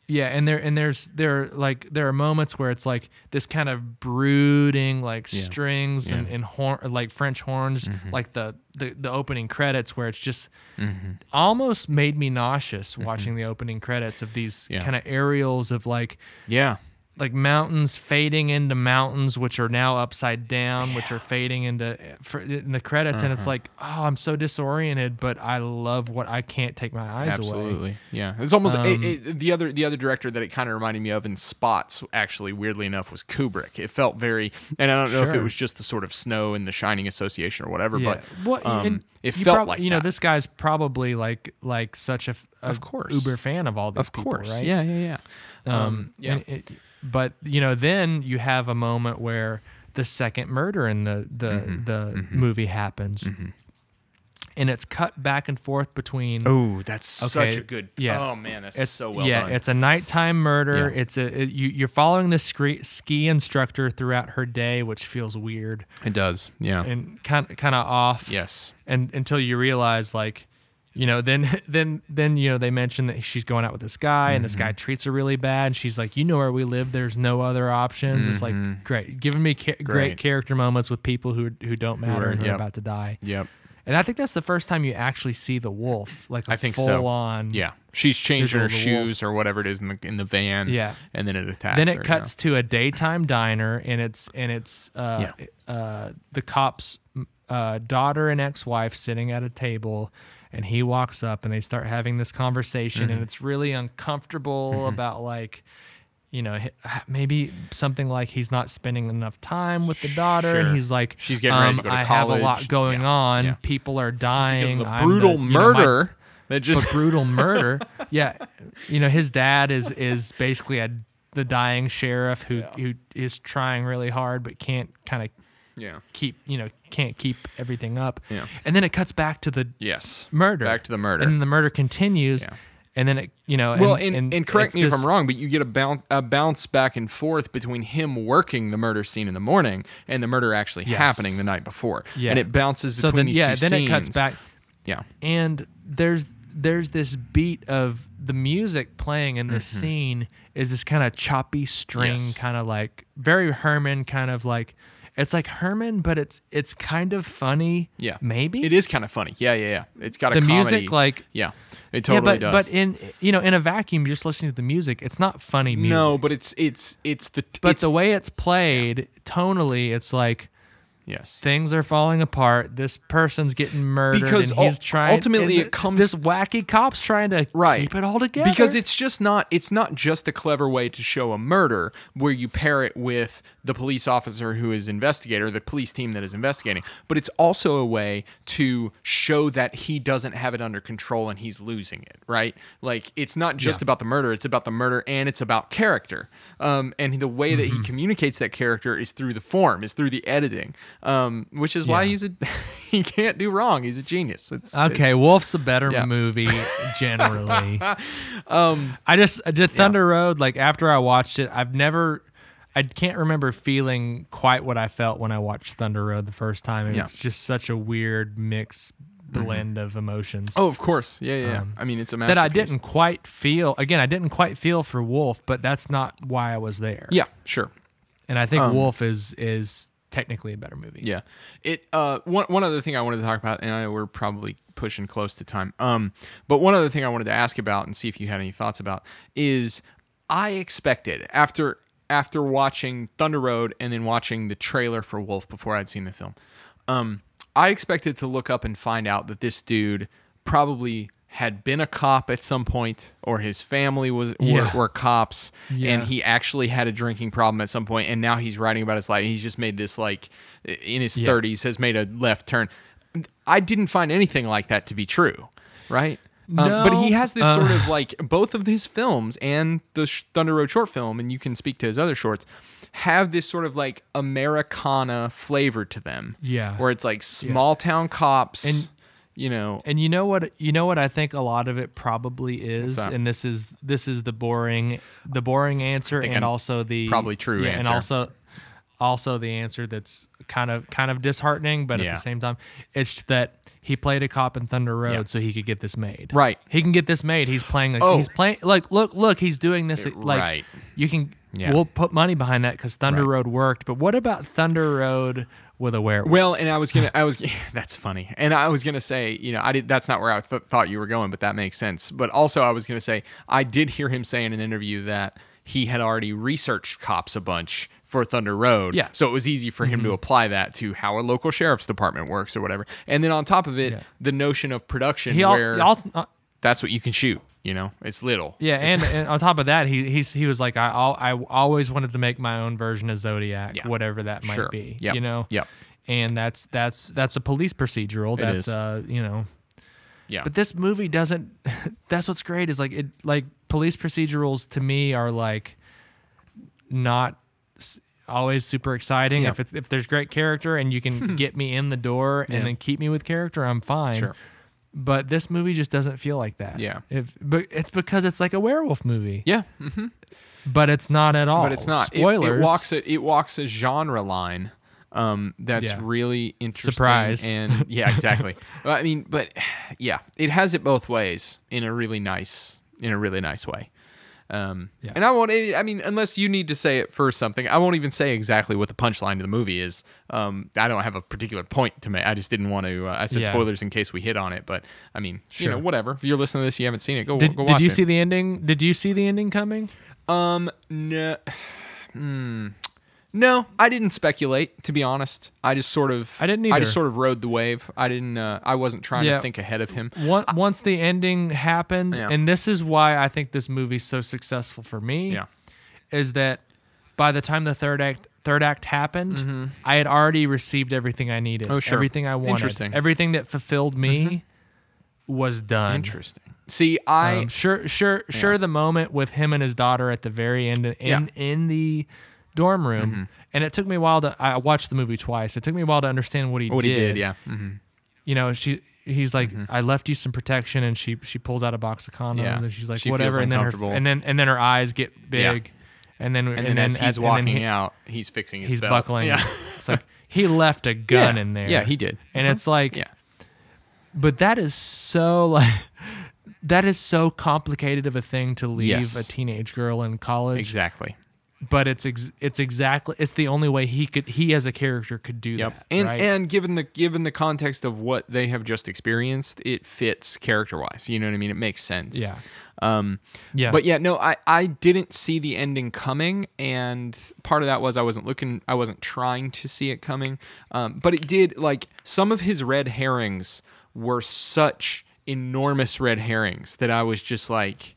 Yeah, and there and there's there are, like there are moments where it's like this kind of brooding like strings and, and horn like French horns, Mm-hmm. like the, the the opening credits where it's just Mm-hmm. almost made me nauseous watching the opening credits of these Yeah. kind of aerials of like Yeah. like mountains fading into mountains which are now upside down which are fading into for, in the credits and Mm-hmm. it's like oh I'm so disoriented but I love what I can't take my eyes away. Absolutely. Yeah. It's almost Um, it, it, the other the other director that it kind of reminded me of in spots actually weirdly enough was Kubrick. It felt very and I don't know if it Sure. was just the sort of snow and the shining association or whatever, Yeah. but what um, and it you felt prob- like you know that. this guy's probably like like such a, f- a Of course. uber fan of all these of people, course. right? Yeah, yeah, yeah. Um, yeah. And it- but you know, then you have a moment where the second murder in the the Mm-hmm. the movie happens, and it's cut back and forth between. Oh, that's such Okay, a good. yeah. Oh man, that's It's so well yeah, done. it's a nighttime murder. Yeah. It's a it, you, you're following the ski, ski instructor throughout her day, which feels weird it does. Yeah. and kind kind of off yes. and until you realize like you know then then then you know they mention that she's going out with this guy and this guy Mm-hmm. treats her really bad and she's like you know where we live there's no other options it's like great giving me ca- great. Mm-hmm. Great. character moments with people who who don't matter and who yep. are about to die Yep. and i think that's the first time you actually see the wolf like I I think full so. on Yeah. She's Visual changing her of the wolf. shoes or whatever it is in the in the van. Yeah. And then it attacks. then her, it cuts to a daytime diner and it's and it's uh, uh, the cop's uh, daughter and ex-wife sitting at a table and he walks up and they start having this conversation Mm-hmm. and it's really uncomfortable about like you know h- maybe something like he's not spending enough time with the daughter Sure. and he's like She's getting ready to um, go to i have a lot college." going Yeah, on yeah. people are dying Because of I'm the brutal you know, my- murder that just a brutal murder. Yeah, you know his dad is is basically a the dying sheriff who who is trying really hard but can't kind of yeah keep you know can't keep everything up. Yeah. And then it cuts back to the yes murder. back to the murder And then the murder continues. Yeah. And then it you know well and, and, and, correct it's me if this- i'm wrong but you get a bounce a bounce back and forth between him working the murder scene in the morning and the murder actually Yes. happening the night before Yeah. and it bounces between So then these yeah two then scenes it cuts back yeah and there's there's this beat of the music playing in this scene is this kind of choppy string Mm-hmm. Yes. kind of like very herman kind of like it's like herman but it's it's kind of funny yeah maybe it is kind of funny yeah yeah yeah it's got a the music comedy- like yeah it yeah totally but does but in you know in a vacuum just listening to the music it's not funny music no but it's it's it's the but it's, the way it's played tonally it's like yes things are falling apart. This person's getting murdered Because and he's ul- trying. ultimately and it comes- This wacky cop's trying to right keep it all together because it's just not it's not just a clever way to show a murder where you pair it with the police officer who is investigator the police team that is investigating but it's also a way to show that he doesn't have it under control and he's losing it right like it's not just about the murder it's about the murder and it's about character um, and the way Mm-hmm. that he communicates that character is through the form is through the editing um, which is why Yeah. he's a he can't do wrong he's a genius it's Okay, it's- Wolf's a better Yeah. movie uh, generally. um, I just I did Thunder Road. Like after I watched it, I've never. I can't remember feeling quite what I felt when I watched Thunder Road the first time. It Yeah. Mm-hmm. was just such a weird mix blend of emotions. Oh, of course. Yeah, yeah. yeah. I mean, it's a Um, that I masterpiece. didn't quite feel. Again, I didn't quite feel for Wolf, but that's not why I was there. Yeah, Um, sure. and I think Wolf is is technically a better movie. Yeah. It uh one one other thing I wanted to talk about, and I know we're probably pushing close to time. Um, but one other thing I wanted to ask about and see if you had any thoughts about is I expected after after watching Thunder Road and then watching the trailer for Wolf before I'd seen the film, um, I expected to look up and find out that this dude probably had been a cop at some point or his family was were- Yeah. were, cops Yeah. and he actually had a drinking problem at some point and now he's writing about his life he's just made this like in his 30s has made a left turn i didn't find anything like that to be true right um, but No. uh. he has this sort of like both of his films and the sh- thunder road short film and you can speak to his other shorts have this sort of like americana flavor to them Yeah. where it's like small town cops and you know And you know what you know what I think a lot of it probably is that? and this is this is the boring the boring answer and I'm also the probably true yeah, and answer. also also the answer that's kind of kind of disheartening but at Yeah. the same time it's that he played a cop in Thunder Road so he could get this made. Right. He can get this made. He's playing like Oh. he's playing like look look he's doing this like right. you can Yeah. we'll put money behind that cuz Thunder Road worked but what about Thunder Road with a werewolf? Well, and I was gonna, I was, that's funny. And I was gonna say, you know, I did. That's not where I th- thought you were going, but that makes sense. But also, I was gonna say, I did hear him say in an interview that he had already researched cops a bunch for Thunder Road. Yeah. Mm-hmm. So it was easy for him to apply that to how a local sheriff's department works or whatever. And then on top of it, the notion of production he, al- where he also uh, that's what you can shoot. You know, it's little. Yeah, and, and on top of that, he he's, he was like, I al- I always wanted to make my own version of Zodiac, Yeah. whatever that might Sure. be. Yep. You know. Yep. And that's that's that's a police procedural. That's is. uh you know. Yeah. But this movie doesn't. that's what's great is like it like police procedurals to me are like not s- always super exciting Yeah. if it's if there's great character and you can get me in the door and then keep me with character i'm fine Sure. but this movie just doesn't feel like that Yeah. if but it's because it's like a werewolf movie yeah. but it's not at all. but it's not. It- Spoilers. It, walks a, it walks a genre line um, that's Yeah. really interesting. Surprise. And yeah, exactly. Well, I mean, but yeah, it has it both ways in a really nice in a really nice way. Um, And I won't. I mean, unless you need to say it for something, I won't even say exactly what the punchline to the movie is. Um, I don't have a particular point to make. I just didn't want to. Uh, I said Yeah. spoilers in case we hit on it, but I mean, you know, Sure. whatever. If you're listening to this, you haven't seen it. Go. Did, go watch did you it. see the ending? Did you see the ending coming? Um, no, Hmm. no, I didn't speculate. To be honest, I just sort of, I didn't I either. just sort of rode the wave. I didn't. Uh, I wasn't trying Yeah. to think ahead of him. Once, once the ending happened, Yeah. and this is why I think this movie's so successful for me, Yeah. is that by the time the third act third act happened, I had already received everything I needed. Mm-hmm. Oh, sure. Everything I wanted. Interesting. Everything that fulfilled me was done. Interesting. See, I Um, sure, sure, sure. The moment with him and his daughter at the very end, in Yeah. Mm-hmm. in the dorm room, and it took me a while to. I watched the movie twice. It took me a while to understand what he what did. he did. Yeah. hmm you know, she. He's like, I left you some protection, and she she pulls out a box of condoms, Yeah. and she's like, She feels whatever, and then her uncomfortable. and then and then her eyes get Yeah. big, and then And, then, as at- he's and then walking he- out, he's fixing his he's belt. buckling. Yeah. It's like he left a gun Yeah. in there. Yeah, he did. Mm-hmm. And it's like, Yeah. but that is so like that is so complicated of a thing to leave Yes. a teenage girl in college. Exactly. But it's ex- it's exactly it's the only way he could he as a character could do that. And right? and given the given the context of what they have just experienced, it fits character wise. You know what I mean? It makes sense. Yeah. Um Yeah. But yeah, no, I, I didn't see the ending coming and part of that was I wasn't looking I wasn't trying to see it coming. Um, but it did like some of his red herrings were such enormous red herrings that I was just like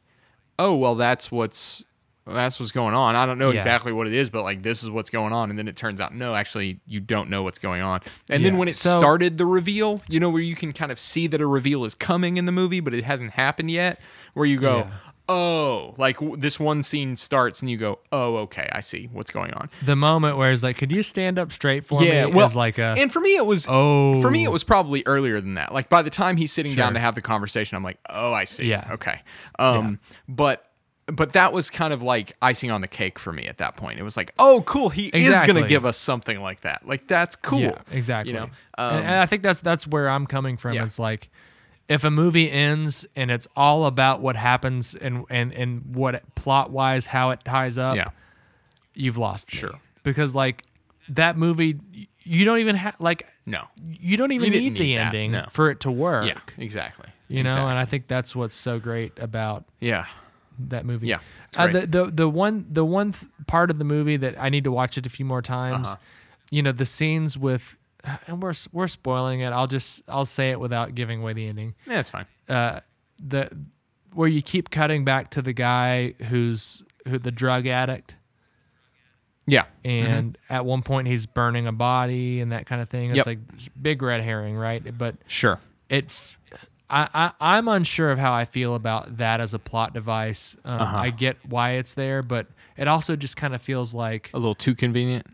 oh well that's what's that's what's going on i don't know Yeah. exactly what it is but like this is what's going on and then it turns out no actually you don't know what's going on and then Yeah. when it So- started the reveal you know where you can kind of see that a reveal is coming in the movie but it hasn't happened yet where you go oh like w- this one scene starts and you go oh okay i see what's going on the moment where it's like, could you stand up straight for me? is like a and for me it was Oh. for me it was probably earlier than that like by the time he's sitting down Sure. to have the conversation i'm like oh i see Yeah. okay um but but that was kind of like icing on the cake for me at that point. It was like, oh, cool, he is going Exactly. to give us something like that. Like that's cool. Yeah, exactly. You know, and, um, and I think that's that's where I'm coming from. Yeah. It's like if a movie ends and it's all about what happens and and and what plot wise how it ties up, yeah, you've lost. me. Sure. Because like that movie, y- you don't even have like no, you don't even didn't need, the need that, ending no. for it to work. yeah, exactly. You know, exactly. and I think that's what's so great about yeah, that movie. Yeah, it's Uh, the great. the the one the one th- part of the movie that I need to watch it a few more times. Uh-huh. You know the scenes with, and we're s- we're spoiling it. I'll just I'll say it without giving away the ending. yeah, it's fine. The where you keep cutting back to the guy who's who the drug addict, Yeah, and at one point he's burning a body and that kind of thing. It's Yep. like big red herring, right? But sure. it's I, I I'm unsure of how I feel about that as a plot device. Um, Uh-huh. I get why it's there, but it also just kind of feels like A little too convenient.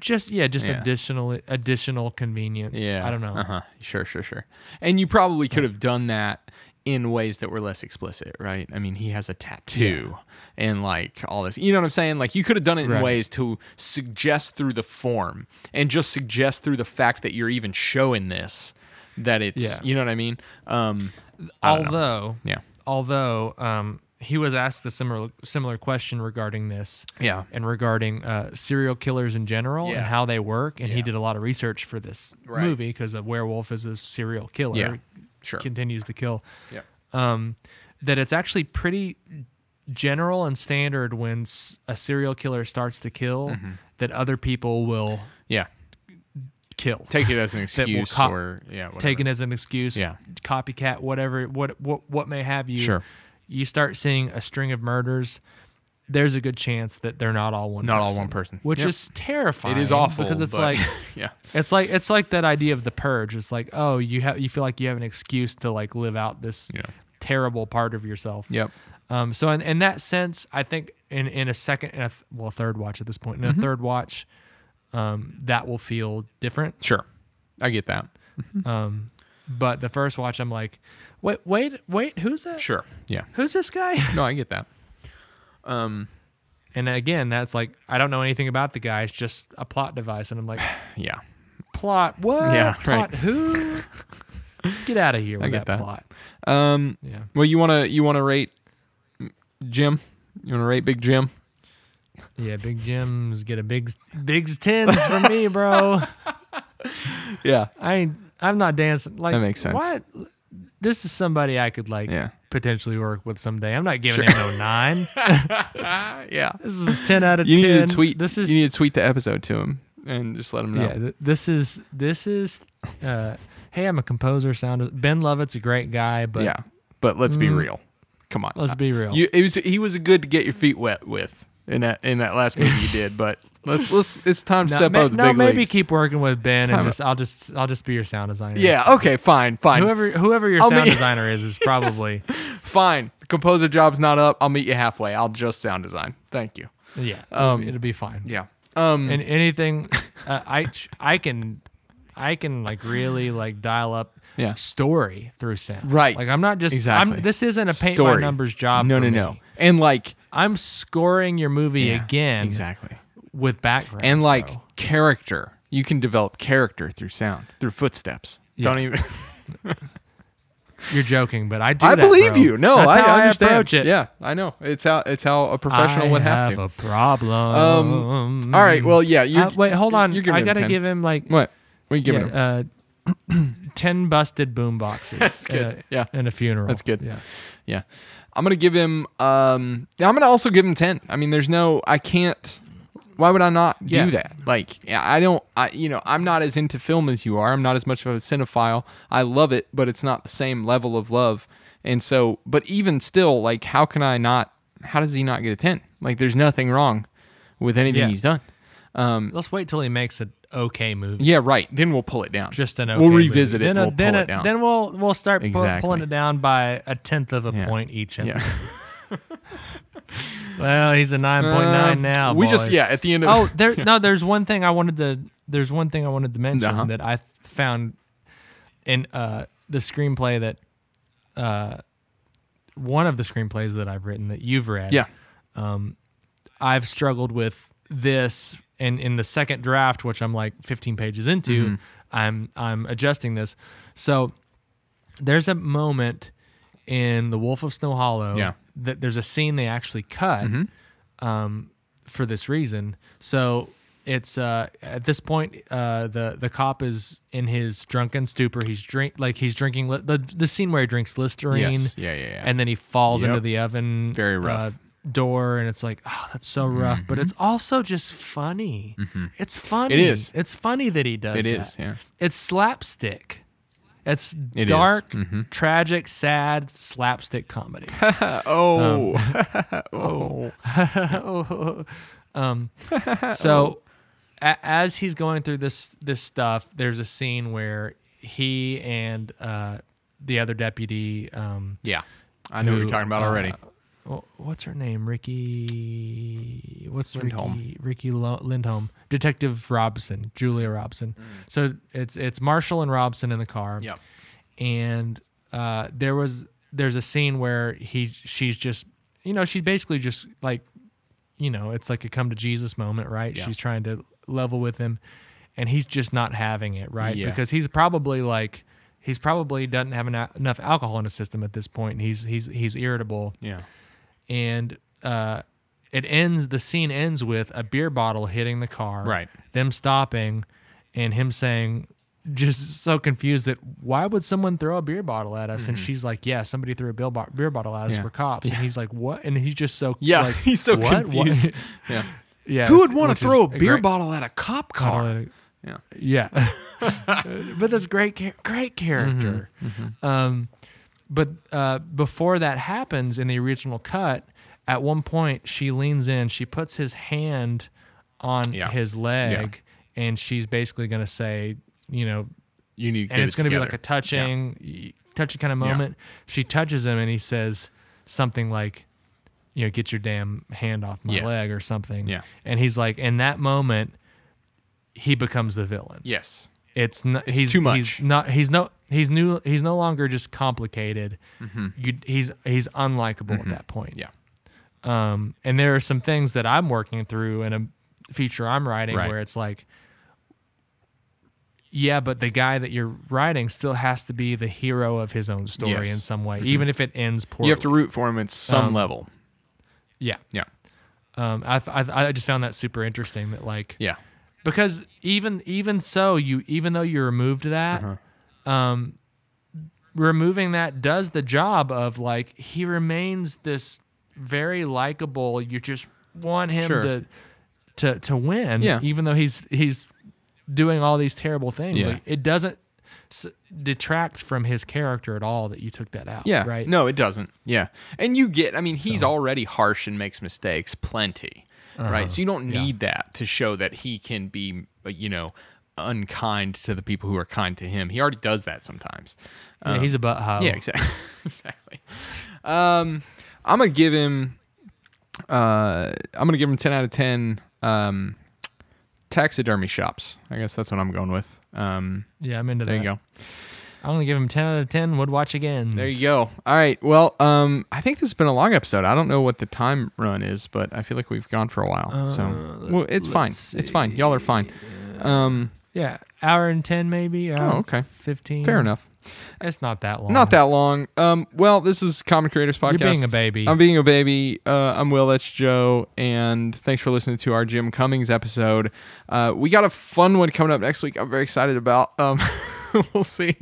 just yeah, just Yeah. additional additional convenience. I don't know. Uh-huh. Sure, sure, sure. And you probably could have done that in ways that were less explicit, right? I mean, he has a tattoo and like all this. You know what I'm saying? Like you could have done it in Right. ways to suggest through the form and just suggest through the fact that you're even showing this that it's, Yeah. you know what I mean? Um I don't know. Although yeah. although um, he was asked a similar similar question regarding this. Yeah. And regarding uh, serial killers in general Yeah. and how they work, and he did a lot of research for this Right. movie because a werewolf is a serial killer, Yeah. Sure. continues to kill. yeah. um, that it's actually pretty general and standard when s- a serial killer starts to kill Mm-hmm. that other people will Yeah. kill Take it as an excuse cop- or yeah, whatever. taken as an excuse Yeah. copycat whatever what what what may have you Sure. you start seeing a string of murders there's a good chance that they're not all one Not all person, one person. which Yep. is terrifying It is awful because it's but- like yeah. it's like it's like that idea of the purge it's like oh you have you feel like you have an excuse to like live out this Yeah. terrible part of yourself Yep. Um, so in, in that sense, I think in, in a second, in a th- well, third watch at this point, Mm-hmm. in a third watch, um, that will feel different. Sure. I get that. But the first watch, I'm like, wait, wait, wait, who's that? Sure. Yeah. Who's this guy? No, I get that. Um, And again, that's like, I don't know anything about the guy. It's just a plot device. And I'm like, Yeah. plot what? Yeah, plot right. who? Get out of here with get that, that. plot. Um, Yeah. Well, you wanna you wanna rate Jim? You wanna rate Big Jim? Yeah, Big Jim's get a big big's tens from me, bro. Yeah. I ain't, I'm not dancing. Like That makes sense. What? This is somebody I could like Yeah. potentially work with someday. I'm not giving him no nine. Uh, yeah. this is ten out of You need ten. to tweet. This is you need to tweet the episode to him and just let him know. yeah. th- This is this is. Uh, hey, I'm a composer. Sound Ben Lovett's a great guy, but Mm. Yeah. But let's be real. Come on. let's be real. You, it was he was good to get your feet wet with in that in that last movie you did. But let's let's it's time to no, step ma- up the no, big maybe leagues. keep working with Ben, and Time just, I'll just I'll just be your sound designer. yeah. Okay. Fine. Fine. Whoever whoever your I'll sound be- designer is is probably Fine. The composer job's not up. I'll meet you halfway. I'll just sound design. Thank you. yeah. it'll be fine. Yeah. Um. and anything uh, i i can i can like really like dial up Yeah. story through sound Right. like i'm not just Exactly. i'm this isn't a paint by Story. numbers job No. for No. me. No. And like i'm scoring your movie Yeah, again exactly. with background and like character you can develop character through sound through footsteps don't even you're joking but i do i that, believe bro. you no That's I, how I understand. approach it yeah i know it's how it's how a professional I would have, to Um, a problem all right well yeah you Uh, wait hold on you're giving i it a gotta 10. give him like what what are you giving yeah, him uh 10 busted boom boxes That's at good. a- Yeah. in a funeral That's good. yeah yeah i'm gonna give him um i'm gonna also give him 10 i mean there's no i can't why would i not do Yeah. that like yeah, i don't i you know i'm not as into film as you are i'm not as much of a cinephile i love it but it's not the same level of love and so but even still like how can i not how does he not get a 10 like there's nothing wrong with anything Yeah. he's done Let's wait till he makes an okay movie. yeah right then we'll pull it down Just an okay. we'll movie. revisit it Then, and a- we'll then, pull a- it down then we'll we'll start pull- Exactly. pulling it down by a tenth of a Yeah. point each. yeah episode. Well, he's a nine point nine Um, now. we just boys. yeah at the end of Oh, there no. There's one thing I wanted to. There's one thing I wanted to mention Uh-huh. that I found in uh, the screenplay that uh, one of the screenplays that I've written that you've read. Yeah. I've struggled with this and in the second draft, which I'm like 15 pages into, Mm-hmm. I'm I'm adjusting this. So there's a moment in The Wolf of Snow Hollow Yeah. Mm-hmm. that there's a scene they actually cut um, for this reason. So it's uh, at this point uh, the the cop is in his drunken stupor. He's drink like he's drinking li- the the scene where he drinks Listerine. Yes. Yeah, yeah, yeah. And then he falls Yep. into the oven. uh, Very rough. Mm-hmm. door and it's like oh that's so rough but it's also just funny it's funny It is. it's funny that he does It that. is, yeah. it's slapstick it's It is. Mm-hmm. dark tragic sad slapstick comedy Oh, Um, so a- as he's going through this this stuff there's a scene where he and uh the other deputy um yeah. I know what Who, you're talking about uh, already. wh- what's her name ricky what's Lindholm. ricky, ricky Lo- lindholm detective robson julia robson Mm. so it's it's marshall and robson in the car Yep. and uh, there was there's a scene where he she's just you know she's basically just like you know it's like a come to Jesus moment right she's trying to level with him and he's just not having it right Yeah. because he's probably like he's probably doesn't have ena- enough alcohol in his system at this point and he's he's he's irritable Yeah. and uh, it ends. The scene ends with a beer bottle hitting the car, Right. Them stopping, and him saying, just so confused that why would someone throw a beer bottle at us? And she's like, yeah, somebody threw a beer, bo- beer bottle at us. Mm-hmm. Yeah. We're cops. And he's like, what? And he's just so Yeah. like, he's so what? What? confused. yeah. yeah, Who it's- would want to which is throw a beer great- bottle at a cop car? Bottle. Yeah. Yeah, but that's great, cha- great character. Um, but uh, before that happens in the original cut, at one point she leans in, she puts his hand on Yeah. his leg, and she's basically going to say, you know, You need. To and get it's it going to be together. like a touching, y- touchy kind of moment. She touches him, and he says something like, "You know, get your damn hand off my Yeah. leg" or something. Yeah. And he's like, in that moment, he becomes the villain. Yes. It's not. It's he's too much. He's not. He's no. He's new. He's no longer just complicated. You, he's he's unlikable at that point. Mm-hmm. Yeah. Um. And there are some things that I'm working through in a feature I'm writing Right. where it's like, yeah, but the guy that you're writing still has to be the hero of his own story Yes. Mm-hmm. in some way, even if it ends poorly. You have to root for him at some Um, level. Yeah. Yeah. Um. I, I I just found that super interesting. That like. Yeah. because even even so you even though you removed that um Uh-huh. removing that does the job of like he remains this very likable you just want him Sure. to to to win Yeah. even though he's he's doing all these terrible things Yeah. like it doesn't s- detract from his character at all that you took that out Yeah. right No, it doesn't. Yeah. And you get, I mean, he's already harsh and makes mistakes plenty, Uh-huh. right? So you don't need that to show that he can be, uh, you know, unkind to the people who are kind to him. He already does that sometimes. yeah, he's a butthole Yeah, exactly. exactly. Um, I'm gonna give him. Uh, I'm gonna give him 10 out of 10. Um, taxidermy shops. I guess that's what I'm going with. Um, yeah i'm into there that you go. i'm gonna give him 10 out of 10 would watch again There you go. All right. Well, um, I think this has been a long episode. I don't know what the time run is, but I feel like we've gone for a while. so well, it's fine. It's fine. Y'all are fine. Um, yeah hour and 10 maybe hour oh, and okay. 15 Fair enough. It's not that long. Not that long. Um, well, this is Common Creators Podcast. being a baby. I'm being a baby. Uh, I'm Will. That's Joe. And thanks for listening to our Jim Cummings episode. Uh, we got a fun one coming up next week. I'm very excited about. Um, we'll see.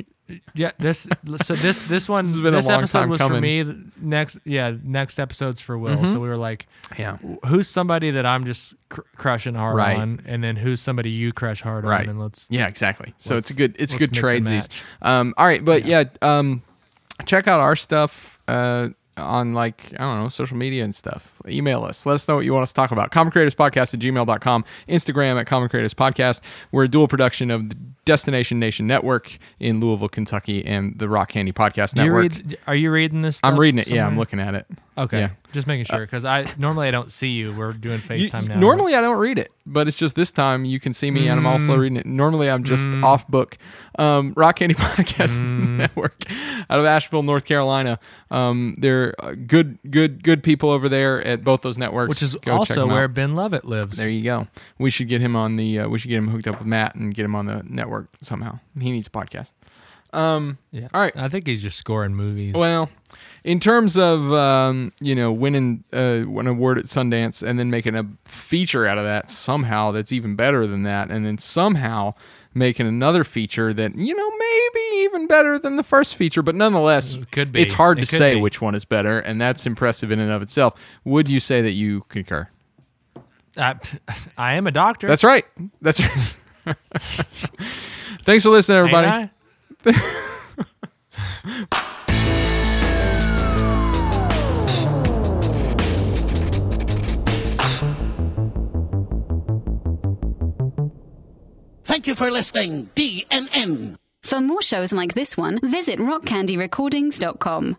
Yeah. This. So this. This one. this has been a long episode time was for coming. Mm-hmm. me. The Next. Yeah. Next episode's for Will. So we were like, Yeah. who's somebody that I'm just cr- crushing hard Right. on, and then who's somebody you crush hard Right. on, and let's. Yeah, exactly. So Let's- it's a good it's a let's good mix and tradesies. match. Um, all right, but yeah, um, check out our stuff uh, on like I don't know social media and stuff. Email us. Let us know what you want us to talk about. Common Creators Podcast at gmail.com, Instagram at Common Creators Podcast. We're a dual production of the Destination Nation Network in Louisville, Kentucky, and the Rock Candy Podcast Do you Network. read, are you reading this? I'm stuff reading it. Yeah, I'm somewhere? looking at it. Okay, Yeah. Uh, just making sure because I normally I don't see you. We're doing You- FaceTime now. normally I don't read it, but it's just this time you can see me and I'm also Mm. reading it. Normally I'm just off book. Um, Rock Candy Podcast Mm. Network out of Asheville, North Carolina. Um, they're uh, good, good, good people over there at both those networks, which is Go check also them out. where Ben Lovett lives. There you go. We should get him on the. Uh, we should get him hooked up with Matt and get him on the network somehow. He needs a podcast. Um, yeah. All right. I think he's just scoring movies. well, in terms of um, you know winning uh, an award at Sundance and then making a feature out of that somehow that's even better than that, and then somehow making another feature that you know maybe even better than the first feature, but nonetheless, Could be. It's hard It to could say be. which one is better, and that's impressive in and of itself. Would you say that you concur? I, I am a doctor. That's right. That's right. Thanks for listening, ain't everybody. I? Thank you for listening, DNN. For more shows like this one, visit rockcandyrecordings.com.